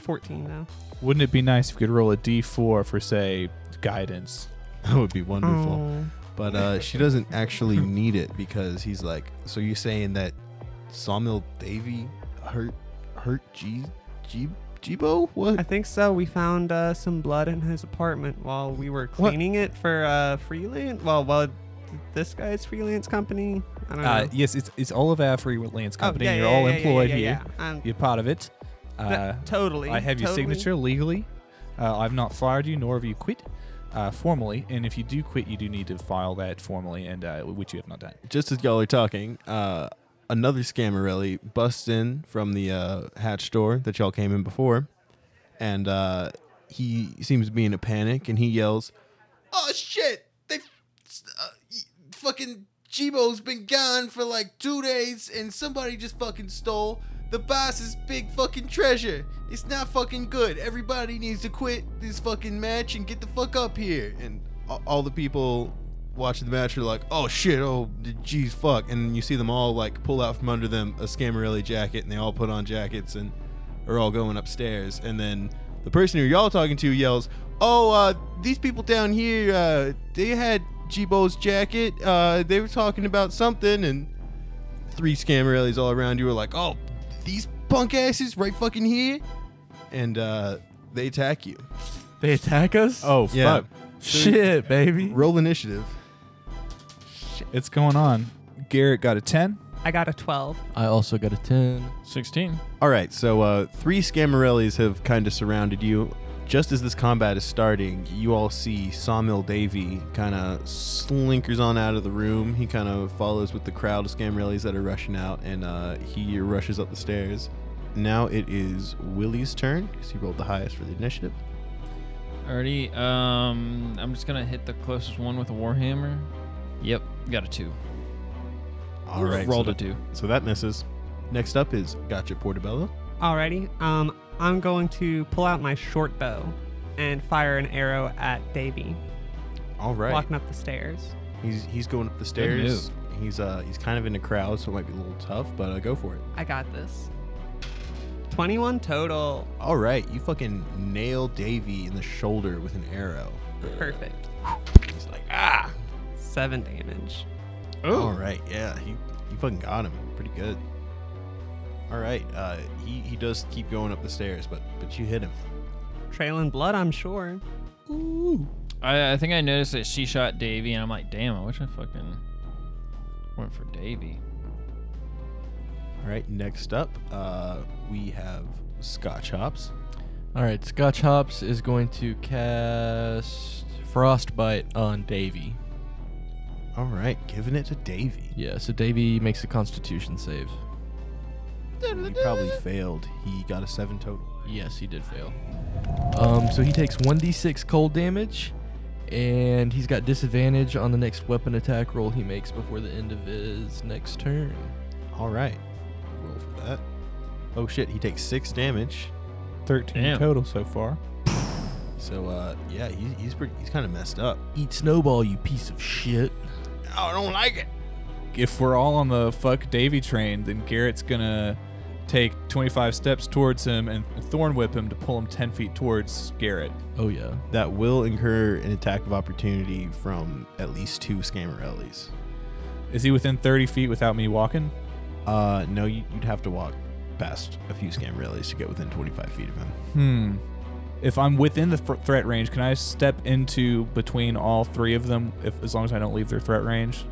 14 though. Wouldn't it be nice if you could roll a D4 for say guidance? That would be wonderful. Oh. But uh, she doesn't actually need it because he's like, so you saying that Sawmill Davy hurt hurt G G Jibo? Oh. I What? think so. We found uh, some blood in his apartment while we were What? cleaning it for uh, freelance. Well, well, th- this guy's freelance company. I don't know. Uh, yes, it's it's all of our freelance Uh-huh. Oh, company. yeah, You're yeah, all yeah, yeah, employed yeah, here. yeah, yeah. Um, You're part of it. th- Uh, totally. I have your totally. signature legally. Uh, I've not fired you, nor have you quit uh, formally. And if you do quit, you do need to file that formally, and uh, which you have not done. Just as y'all are talking, uh, another Scamarelli busts in from the uh, hatch door that y'all came in before, and uh, he seems to be in a panic, and he yells, Oh shit! They uh, y- fucking Jibo's been gone for like two days, and somebody just fucking stole the boss's big fucking treasure. It's not fucking good. Everybody needs to quit this fucking match and get the fuck up here. and a- all the people watching the match are like, "Oh shit! Oh geez, fuck!" And you see them all like pull out from under them a Scamarelli jacket, and they all put on jackets and are all going upstairs. And then the person who y'all talking to yells, "Oh, uh, these people down here, uh, they had Jibo's jacket. Uh, they were talking about something." And three Scamarellis all around you are like, "Oh, these punk asses right fucking here," and uh, they attack you. They attack us? Oh, Yeah. shit, baby! Roll initiative. It's going on. Garrett got a 10. I got a 12. I also got a 10. 16. All right, so uh, three Scamarellis have kind of surrounded you. Just as this combat is starting, you all see Sawmill Davy kind of slinkers on out of the room. He kind of follows with the crowd of Scamarellis that are rushing out, and uh, he rushes up the stairs. now it is Willie's turn because he rolled the highest for the initiative. Alrighty, um, I'm just gonna hit the closest one with a warhammer. Yep, got a two. All right, rolled so, a two. so that misses. Next up is Gotcha Portobello. Alrighty, um, I'm going to pull out my short bow and fire an arrow at Davy All right, walking up the stairs. he's he's going up the stairs. He's uh he's kind of in a crowd, so it might be a little tough, but uh, go for it. I got this. 21 total. All right, you fucking nail Davy in the shoulder with an arrow. Perfect. He's like ah. Seven damage. All right, yeah, he you fucking got him pretty good. All right, uh, he he does keep going up the stairs, but but you hit him. Trailing blood, I'm sure. I, I think I noticed that she shot Davy, and I'm like, damn, I wish I fucking went for Davy. All right, next up, uh, we have Scotch Hops. All right, Scotch Hops is going to cast Frostbite on Davy. All right, giving it to Davy. Yeah, so Davy makes a Constitution save. He probably failed. He got a seven total. Yes, he did fail. Um, so he takes 1d6 cold damage, and he's got disadvantage on the next weapon attack roll he makes before the end of his next turn. All right, roll for that. Oh shit, he takes six damage. 13 Damn. total so far. So uh, yeah, he's he's pretty, he's kind of messed up. Eat snowball, you piece of shit. Oh, I don't like it. If we're all on the fuck Davy train, then Garrett's gonna take 25 steps towards him and thorn whip him to pull him 10 feet towards Garrett. Oh yeah. That will incur an attack of opportunity from at least two Scamarellis. Is he within 30 feet without me walking? Uh, no, you- you'd have to walk past a few Scamarellis to get within 25 feet of him. Hmm. If I'm within the fr- threat range, can I step into between all three of them if as long as I don't leave their threat range?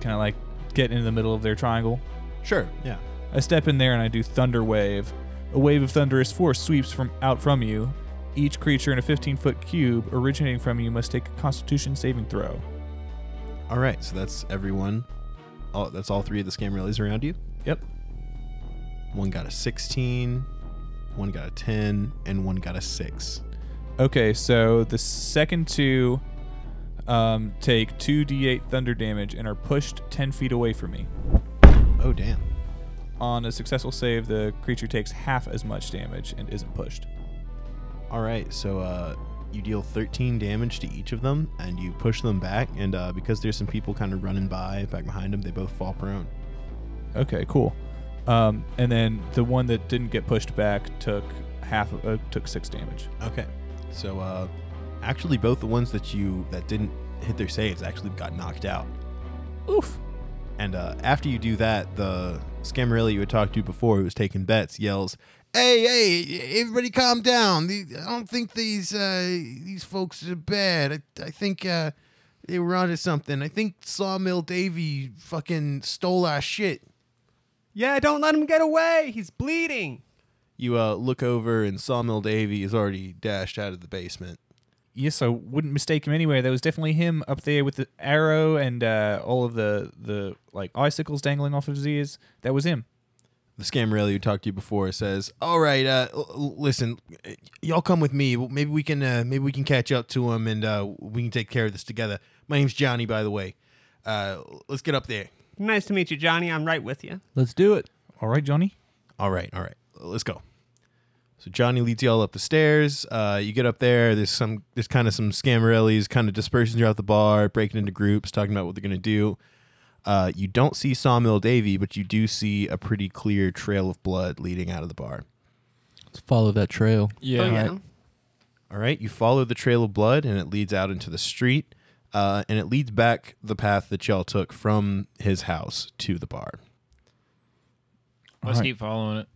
Can I like get into the middle of their triangle? Sure. Yeah. I step in there and I do Thunder Wave. A wave of thunderous force sweeps from out from you. Each creature in a 15 foot cube originating from you must take a Constitution saving throw. All right. So that's everyone. All, that's all three of the Scamarellis around you. Yep. One got a 16, one got a 10, and one got a 6. Okay, so the second two um, take 2d8 thunder damage and are pushed 10 feet away from me. Oh, damn. On a successful save, the creature takes half as much damage and isn't pushed. All right. So uh, you deal 13 damage to each of them, and you push them back. And uh, because there's some people kind of running by, back behind them, they both fall prone. Okay, cool. Um, and then the one that didn't get pushed back took half of, uh, took six damage. Okay. So uh, actually, both the ones that you that didn't hit their saves actually got knocked out. Oof. And uh, after you do that, the Scamarelli you had talked to before, who was taking bets, yells, "Hey, hey, everybody, calm down! The- I don't think these uh, these folks are bad. I, I think uh, they were onto something. I think Sawmill Davy fucking stole our shit." Yeah, don't let him get away. He's bleeding. You uh, look over, and Sawmill Davy is already dashed out of the basement. Yes, I wouldn't mistake him anywhere. That was definitely him up there with the arrow and uh, all of the the like icicles dangling off of his ears. That was him. the Scamarelli who talked to you before says, "All right, uh, l- l- listen, y- y'all come with me. Maybe we can, uh, maybe we can catch up to him, and uh, we can take care of this together." My name's Johnny, by the way. Uh, let's get up there. Nice to meet you, Johnny. I'm right with you. Let's do it. All right, Johnny. All right, all right, let's go. So Johnny leads y'all up the stairs. Uh, you get up there. There's some, there's kind of some Scamarellis kind of dispersing throughout the bar, breaking into groups, talking about what they're gonna do. Uh, you don't see Sawmill Davy, but you do see a pretty clear trail of blood leading out of the bar. Let's follow that trail. oh, yeah. All right, you follow the trail of blood, and it leads out into the street, uh, and it leads back the path that y'all took from his house to the bar. Let's keep following it.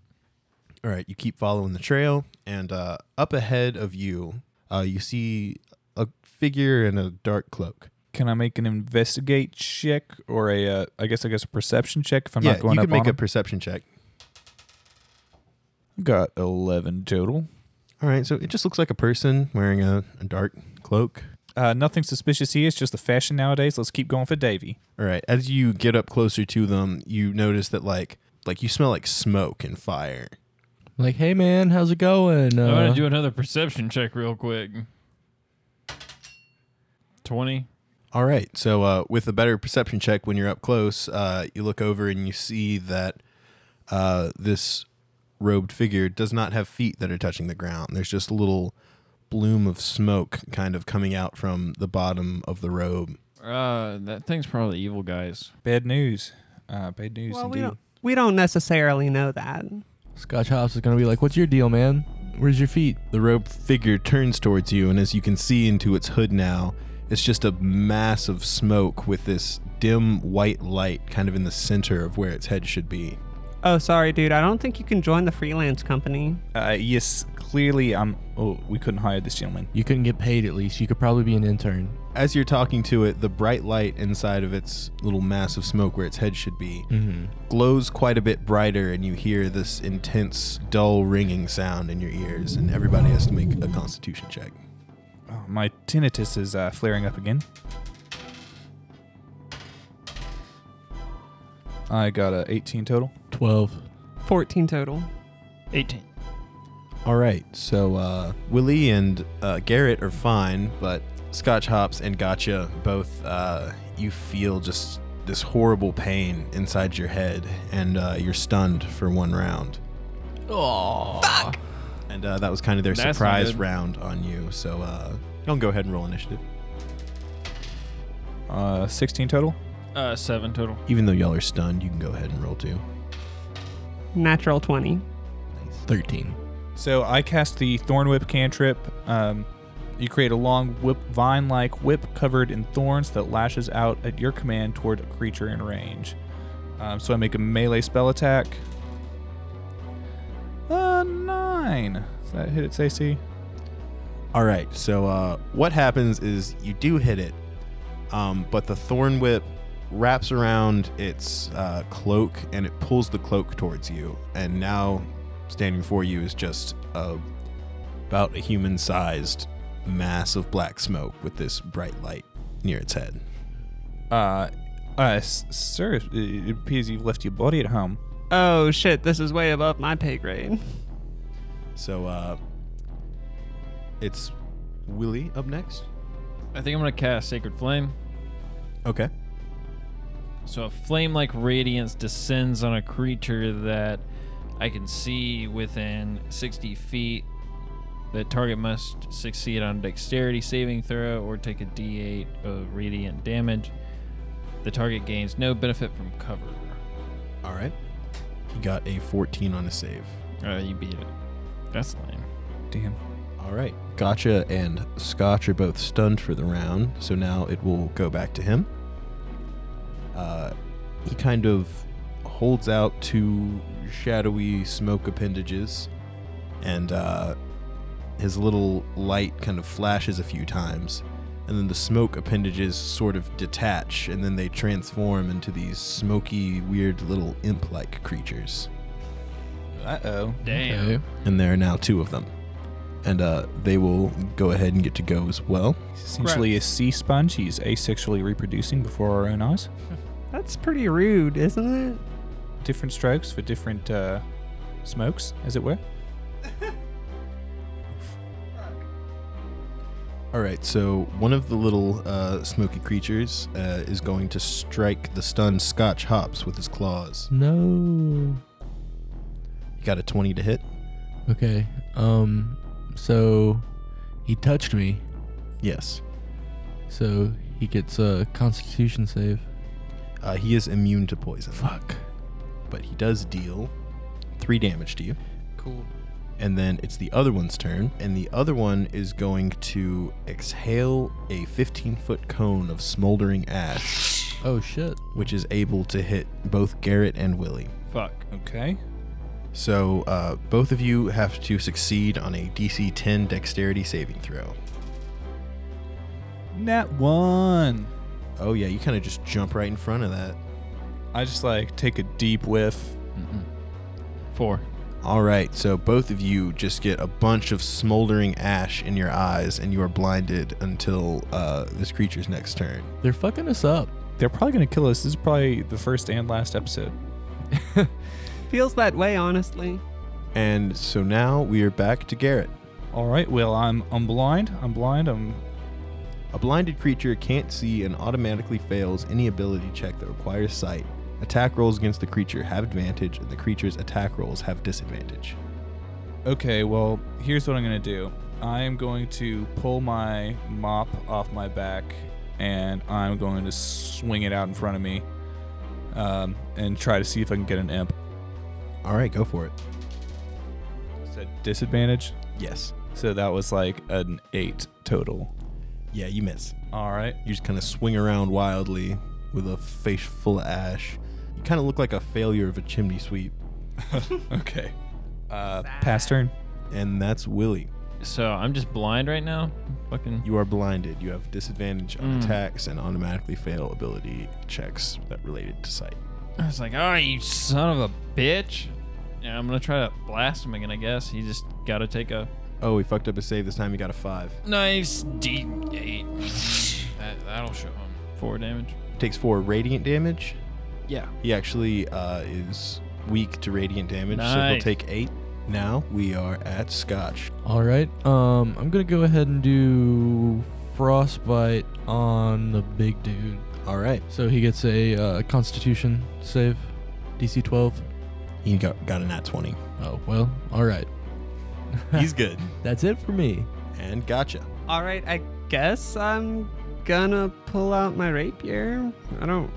All right, you keep following the trail, and uh, up ahead of you, uh, you see a figure in a dark cloak. Can I make an investigate check or a uh, I guess I guess a perception check if I'm yeah, not going you up can make on a him? perception check. Got eleven total. All right, so it just looks like a person wearing a, a dark cloak. Uh, nothing suspicious here. It's just the fashion nowadays. Let's keep going for Davy. All right, as you get up closer to them, you notice that like like you smell like smoke and fire. Like, hey man, how's it going? I'm Uh, Uh-huh. gonna do another perception check real quick. Twenty. All right. So uh, with a better perception check when you're up close, uh, you look over and you see that uh, this robed figure does not have feet that are touching the ground. There's just a little bloom of smoke kind of coming out from the bottom of the robe. Uh, that thing's probably evil, guys. Bad news. Uh, bad news Well, we indeed. don't, we don't necessarily know that. Scotch Hops is gonna be like, what's your deal, man? Where's your feet? The robed figure turns towards you, and as you can see into its hood now, it's just a mass of smoke with this dim white light kind of in the center of where its head should be. Oh, sorry, dude. I don't think you can join the freelance company. Uh, yes, clearly I'm. Oh, we couldn't hire this gentleman. You couldn't get paid at least. You could probably be an intern. as you're talking to it, the bright light inside of its little mass of smoke where its head should be glows quite a bit brighter, and you hear this intense, dull ringing sound in your ears, and everybody has to make a constitution check. Oh, my tinnitus is uh, flaring up again. I got a 18 total. Twelve. 14 total. Eighteen. All right, so uh, Willie and uh, Garrett are fine, but Scotch Hops and Gotcha both, uh, you feel just this horrible pain inside your head, and uh, you're stunned for one round. Oh. And uh, that was kind of their That's not surprise good. round on you, so uh, y'all can go ahead and roll initiative. Uh, 16 total. Uh, seven total. Even though y'all are stunned, you can go ahead and roll too. Natural 20. Thirteen. So I cast the Thorn Whip cantrip. Um, you create a long whip vine-like whip covered in thorns that lashes out at your command toward a creature in range. Um, so I make a melee spell attack. Uh, nine. Does that hit its AC? All right. So uh, what happens is you do hit it, um, but the thorn whip wraps around its uh, cloak and it pulls the cloak towards you. And now, standing before you is just a, about a human-sized mass of black smoke with this bright light near its head. Uh, uh, s- sir, it- it appears you've left your body at home. Oh, shit. This is way above my pay grade. So uh, it's Willie up next. I think I'm gonna cast Sacred Flame. Okay. So a flame like radiance descends on a creature that I can see within 60 feet. The target must succeed on dexterity saving throw or take a d8 of radiant damage. The target gains no benefit from cover. All right. You got a 14 on a save. Uh, you beat it. That's lame. Damn. All right. Gotcha and Scotch are both stunned for the round, so now it will go back to him. Uh, he kind of holds out two shadowy smoke appendages, and uh, his little light kind of flashes a few times, and then the smoke appendages sort of detach, and then they transform into these smoky, weird little imp like creatures. Uh oh. Damn. and there are now two of them. And uh, they will go ahead and get to go as well. He's essentially a sea sponge. He's asexually reproducing before our own eyes. That's pretty rude, isn't it? Different strokes for different uh, smokes, as it were. All right, so one of the little uh, smoky creatures uh, is going to strike the stunned Scotch hops with his claws. No. You got a 20 to hit? Okay. Um. So, he touched me. Yes. So he gets a Constitution save. Uh, he is immune to poison, Fuck. but he does deal three damage to you. Cool. And then it's the other one's turn, and the other one is going to exhale a 15 foot cone of smoldering ash, Oh shit. which is able to hit both Garrett and Willie. Fuck. Okay. So uh, both of you have to succeed on a DC 10 dexterity saving throw. Nat one. Oh yeah, you kind of just jump right in front of that. I just like take a deep whiff. Mm-mm. Four. All right, so both of you just get a bunch of smoldering ash in your eyes, and you are blinded until uh, this creature's next turn. They're fucking us up. They're probably gonna kill us. This is probably the first and last episode. Feels that way, honestly. And so now we are back to Garrett. All right, Will, I'm I'm blind. I'm blind. I'm A blinded creature can't see and automatically fails any ability check that requires sight. Attack rolls against the creature have advantage, and the creature's attack rolls have disadvantage. okay. Well, here's what I'm gonna do. I am going to pull my mop off my back, and I'm going to swing it out in front of me, um, and try to see if I can get an imp. All right, go for it. Is that disadvantage? Yes. So that was like an eight total. Yeah, you miss. All right. You just kind of swing around wildly with a face full of ash. You kind of look like a failure of a chimney sweep. Okay. Uh, pass turn. And that's Willie. So I'm just blind right now. Fucking. You are blinded. You have disadvantage on Mm. attacks and automatically fail ability checks that related to sight. I was like, oh, you son of a bitch. Yeah, I'm gonna try to blast him again. I guess he just got to take a Oh, he fucked up his save this time. He got a five. nice D8. that, that'll show him four damage. Takes four radiant damage. Yeah. He actually uh, is weak to radiant damage, so he'll Nice. take eight. Now we are at Scotch. All right. Um, I'm gonna go ahead and do frostbite on the big dude. All right. So he gets a uh, Constitution save, DC 12. He got, got a nat 20. Oh well. All right. He's good. That's it for me. And gotcha. All right, I guess I'm gonna pull out my rapier. I don't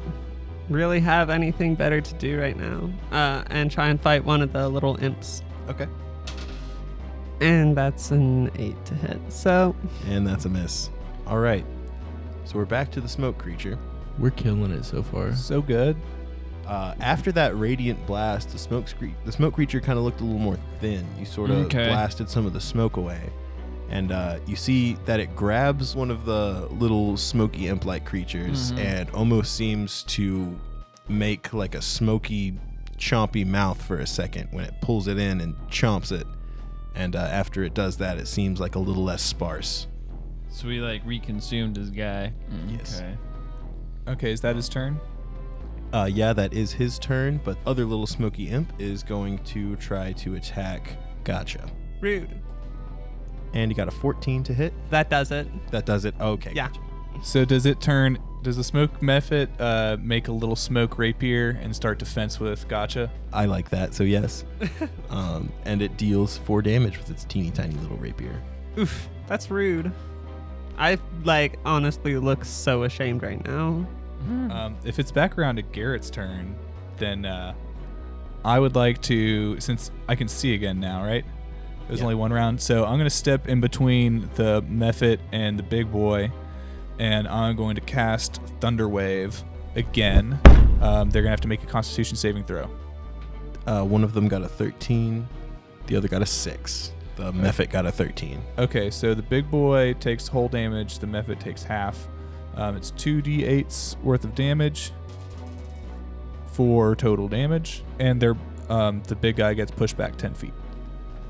really have anything better to do right now, uh, and try and fight one of the little imps. Okay. And that's an eight to hit. So And that's a miss. All right. So we're back to the smoke creature. We're killing it so far. So good. Uh, after that radiant blast, the smoke scre- the smoke creature kind of looked a little more thin. You sort of Okay. blasted some of the smoke away, and uh, you see that it grabs one of the little smoky imp-like creatures Mhm. and almost seems to make like a smoky, chompy mouth for a second when it pulls it in and chomps it. And uh, after it does that, it seems like a little less sparse. So we like reconsumed his guy. Mm, Yes. Okay. Okay, is that his turn? Uh, yeah, that is his turn, but other little smoky imp is going to try to attack Gotcha. rude. And he got a 14 to hit. That does it. That does it. Okay. Yeah. gotcha. So does it turn? Does the smoke method uh, make a little smoke rapier and start to fence with gotcha? I like that. So, yes. um, and it deals four damage with its teeny tiny little rapier. Oof, that's rude. I like honestly look so ashamed right now. Um, if it's back around to Garrett's turn, then uh, I would like to, since I can see again now, right? There's Yeah. only one round, so I'm gonna step in between the method and the big boy, and I'm going to cast Thunder Wave again. Um, they're gonna have to make a Constitution saving throw. Uh, one of them got a 13, the other got a 6. The Mephit got a 13. Okay, so the big boy takes whole damage, the method takes half. Um, it's 2d8s worth of damage for total damage, and they're, um, the big guy gets pushed back 10 feet.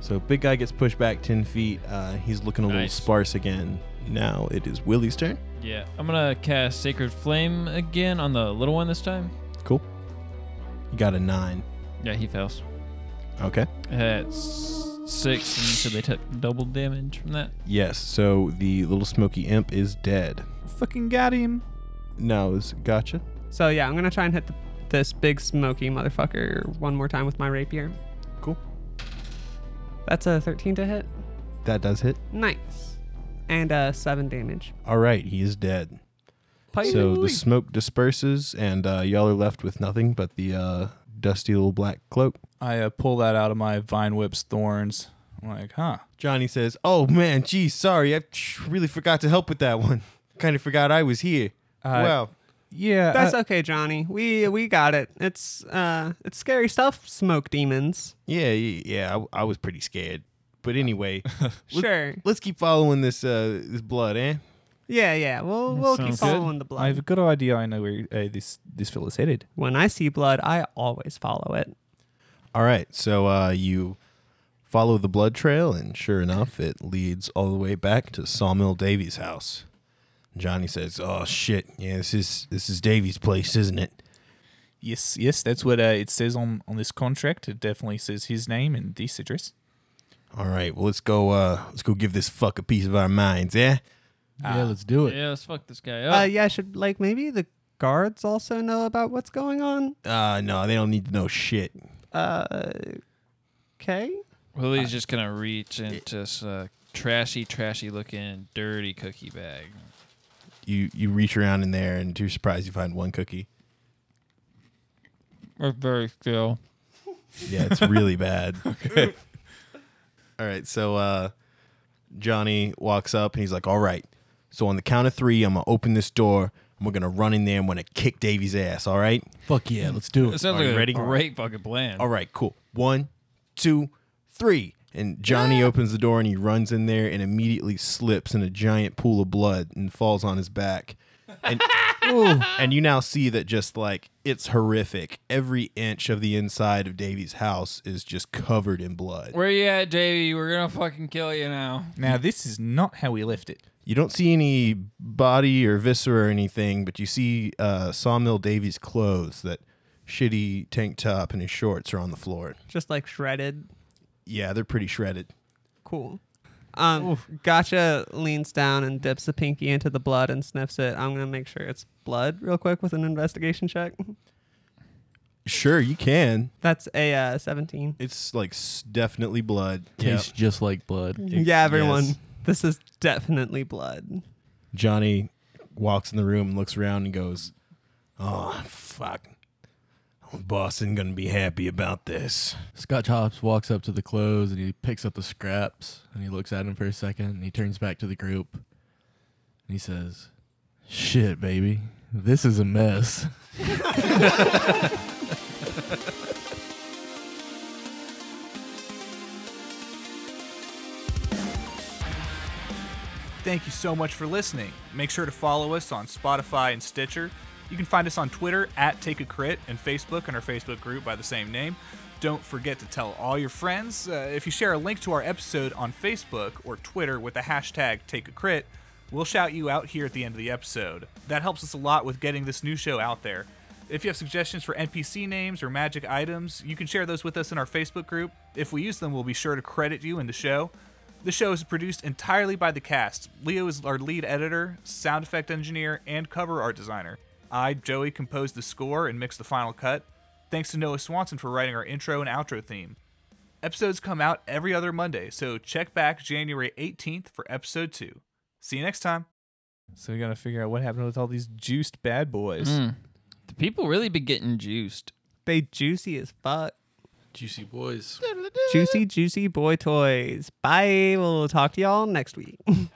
So, big guy gets pushed back 10 feet. Uh, he's looking a little Nice. sparse again. Now it is Willie's turn. Yeah. I'm gonna cast Sacred Flame again on the little one this time. Cool. He got a 9. Yeah, he fails. Okay. That's six, and so they took double damage from that. Yes. So, the little smoky imp is dead. Fucking got him. Now is Gotcha. So yeah, I'm gonna try and hit the, this big smoky motherfucker one more time with my rapier. Cool. That's a 13 to hit. That does hit. Nice. And uh, seven damage. All right. He is dead. So the smoke disperses, and uh, y'all are left with nothing but the uh, dusty little black cloak. I uh, pull that out of my vine whip's thorns. I'm like, huh. Johnny says, "Oh man, geez, sorry, I really forgot to help with that one. Kind of forgot I was here. Uh, wow, Yeah. That's I- okay, Johnny. We we got it. It's uh it's scary stuff, smoke demons. yeah, yeah, yeah I, I was pretty scared. But anyway, Sure. let's keep following this uh, this blood, eh? Yeah, yeah. We'll we'll keep sounds good. following the blood. I have a good idea. I know where uh, this this fellow is headed. When I see blood, I always follow it. All right, so uh, you follow the blood trail, and sure enough, it leads all the way back to Sawmill Davies' house. Johnny says, "Oh shit, yeah, this is this is Davies' place, isn't it?" Yes, yes, that's what uh, it says on on this contract. It definitely says his name and this address. All right, well let's go. Uh, let's go give this fuck a piece of our minds, eh? yeah. yeah, let's do it. Yeah, let's fuck this guy Uh, up. yeah, should like maybe the guards also know about what's going on? Uh, no, they don't need to know shit. Uh, okay. Willie's just gonna reach into this uh, trashy, trashy looking, dirty cookie bag. You you reach around in there, and to your surprise, you find one cookie. That's very still. Yeah, it's really bad. okay. All right, so uh, Johnny walks up and he's like, "All right, so on the count of three, I'm gonna open this door. and we're gonna run in there. and I'm gonna kick Davy's ass. All right, Fuck yeah, let's do That it. sounds Are like you a ready? great fucking plan. all right, cool. One, two, three. And Johnny opens the door and he runs in there and immediately slips in a giant pool of blood and falls on his back. And, and you now see that just like it's horrific. Every inch of the inside of Davy's house is just covered in blood. Where you at, Davey? We're gonna fucking kill you now. Now this is not how we left it. You don't see any body or viscera or anything, but you see uh, Sawmill Davy's clothes, that shitty tank top and his shorts are on the floor. Just like shredded. Yeah, they're pretty shredded. Cool. Um, Gotcha leans down and dips the pinky into the blood and sniffs it. I'm gonna make sure it's blood real quick with an investigation check. Sure, you can. That's a uh, 17. It's like s- definitely blood. Tastes just like blood. Yep. yeah, everyone, Yes. this is definitely blood. Johnny walks in the room and looks around and goes, "Oh fuck, Boston gonna be happy about this." Scotch Hops walks up to the clothes and he picks up the scraps and he looks at him for a second and he turns back to the group and he says, "Shit, baby, this is a mess." Thank you so much for listening. Make sure to follow us on Spotify and Stitcher. You can find us on Twitter at Take a Crit and Facebook and our Facebook group by the same name. Don't forget to tell all your friends. Uh, if you share a link to our episode on Facebook or Twitter with the hashtag Take a Crit, we'll shout you out here at the end of the episode. That helps us a lot with getting this new show out there. If you have suggestions for NPC names or magic items, you can share those with us in our Facebook group. If we use them, we'll be sure to credit you in the show. The show is produced entirely by the cast. Leo is our lead editor, sound effect engineer, and cover art designer. I, Joey, composed the score and mixed the final cut. Thanks to Noah Swanson for writing our intro and outro theme. Episodes come out every other Monday, so check back January 18th for episode 2. See you next time. So we gotta figure out what happened with all these juiced bad boys. Mm. The people really be getting juiced. They juicy as fuck. Juicy boys. Juicy, juicy boy toys. Bye. We'll talk to y'all next week.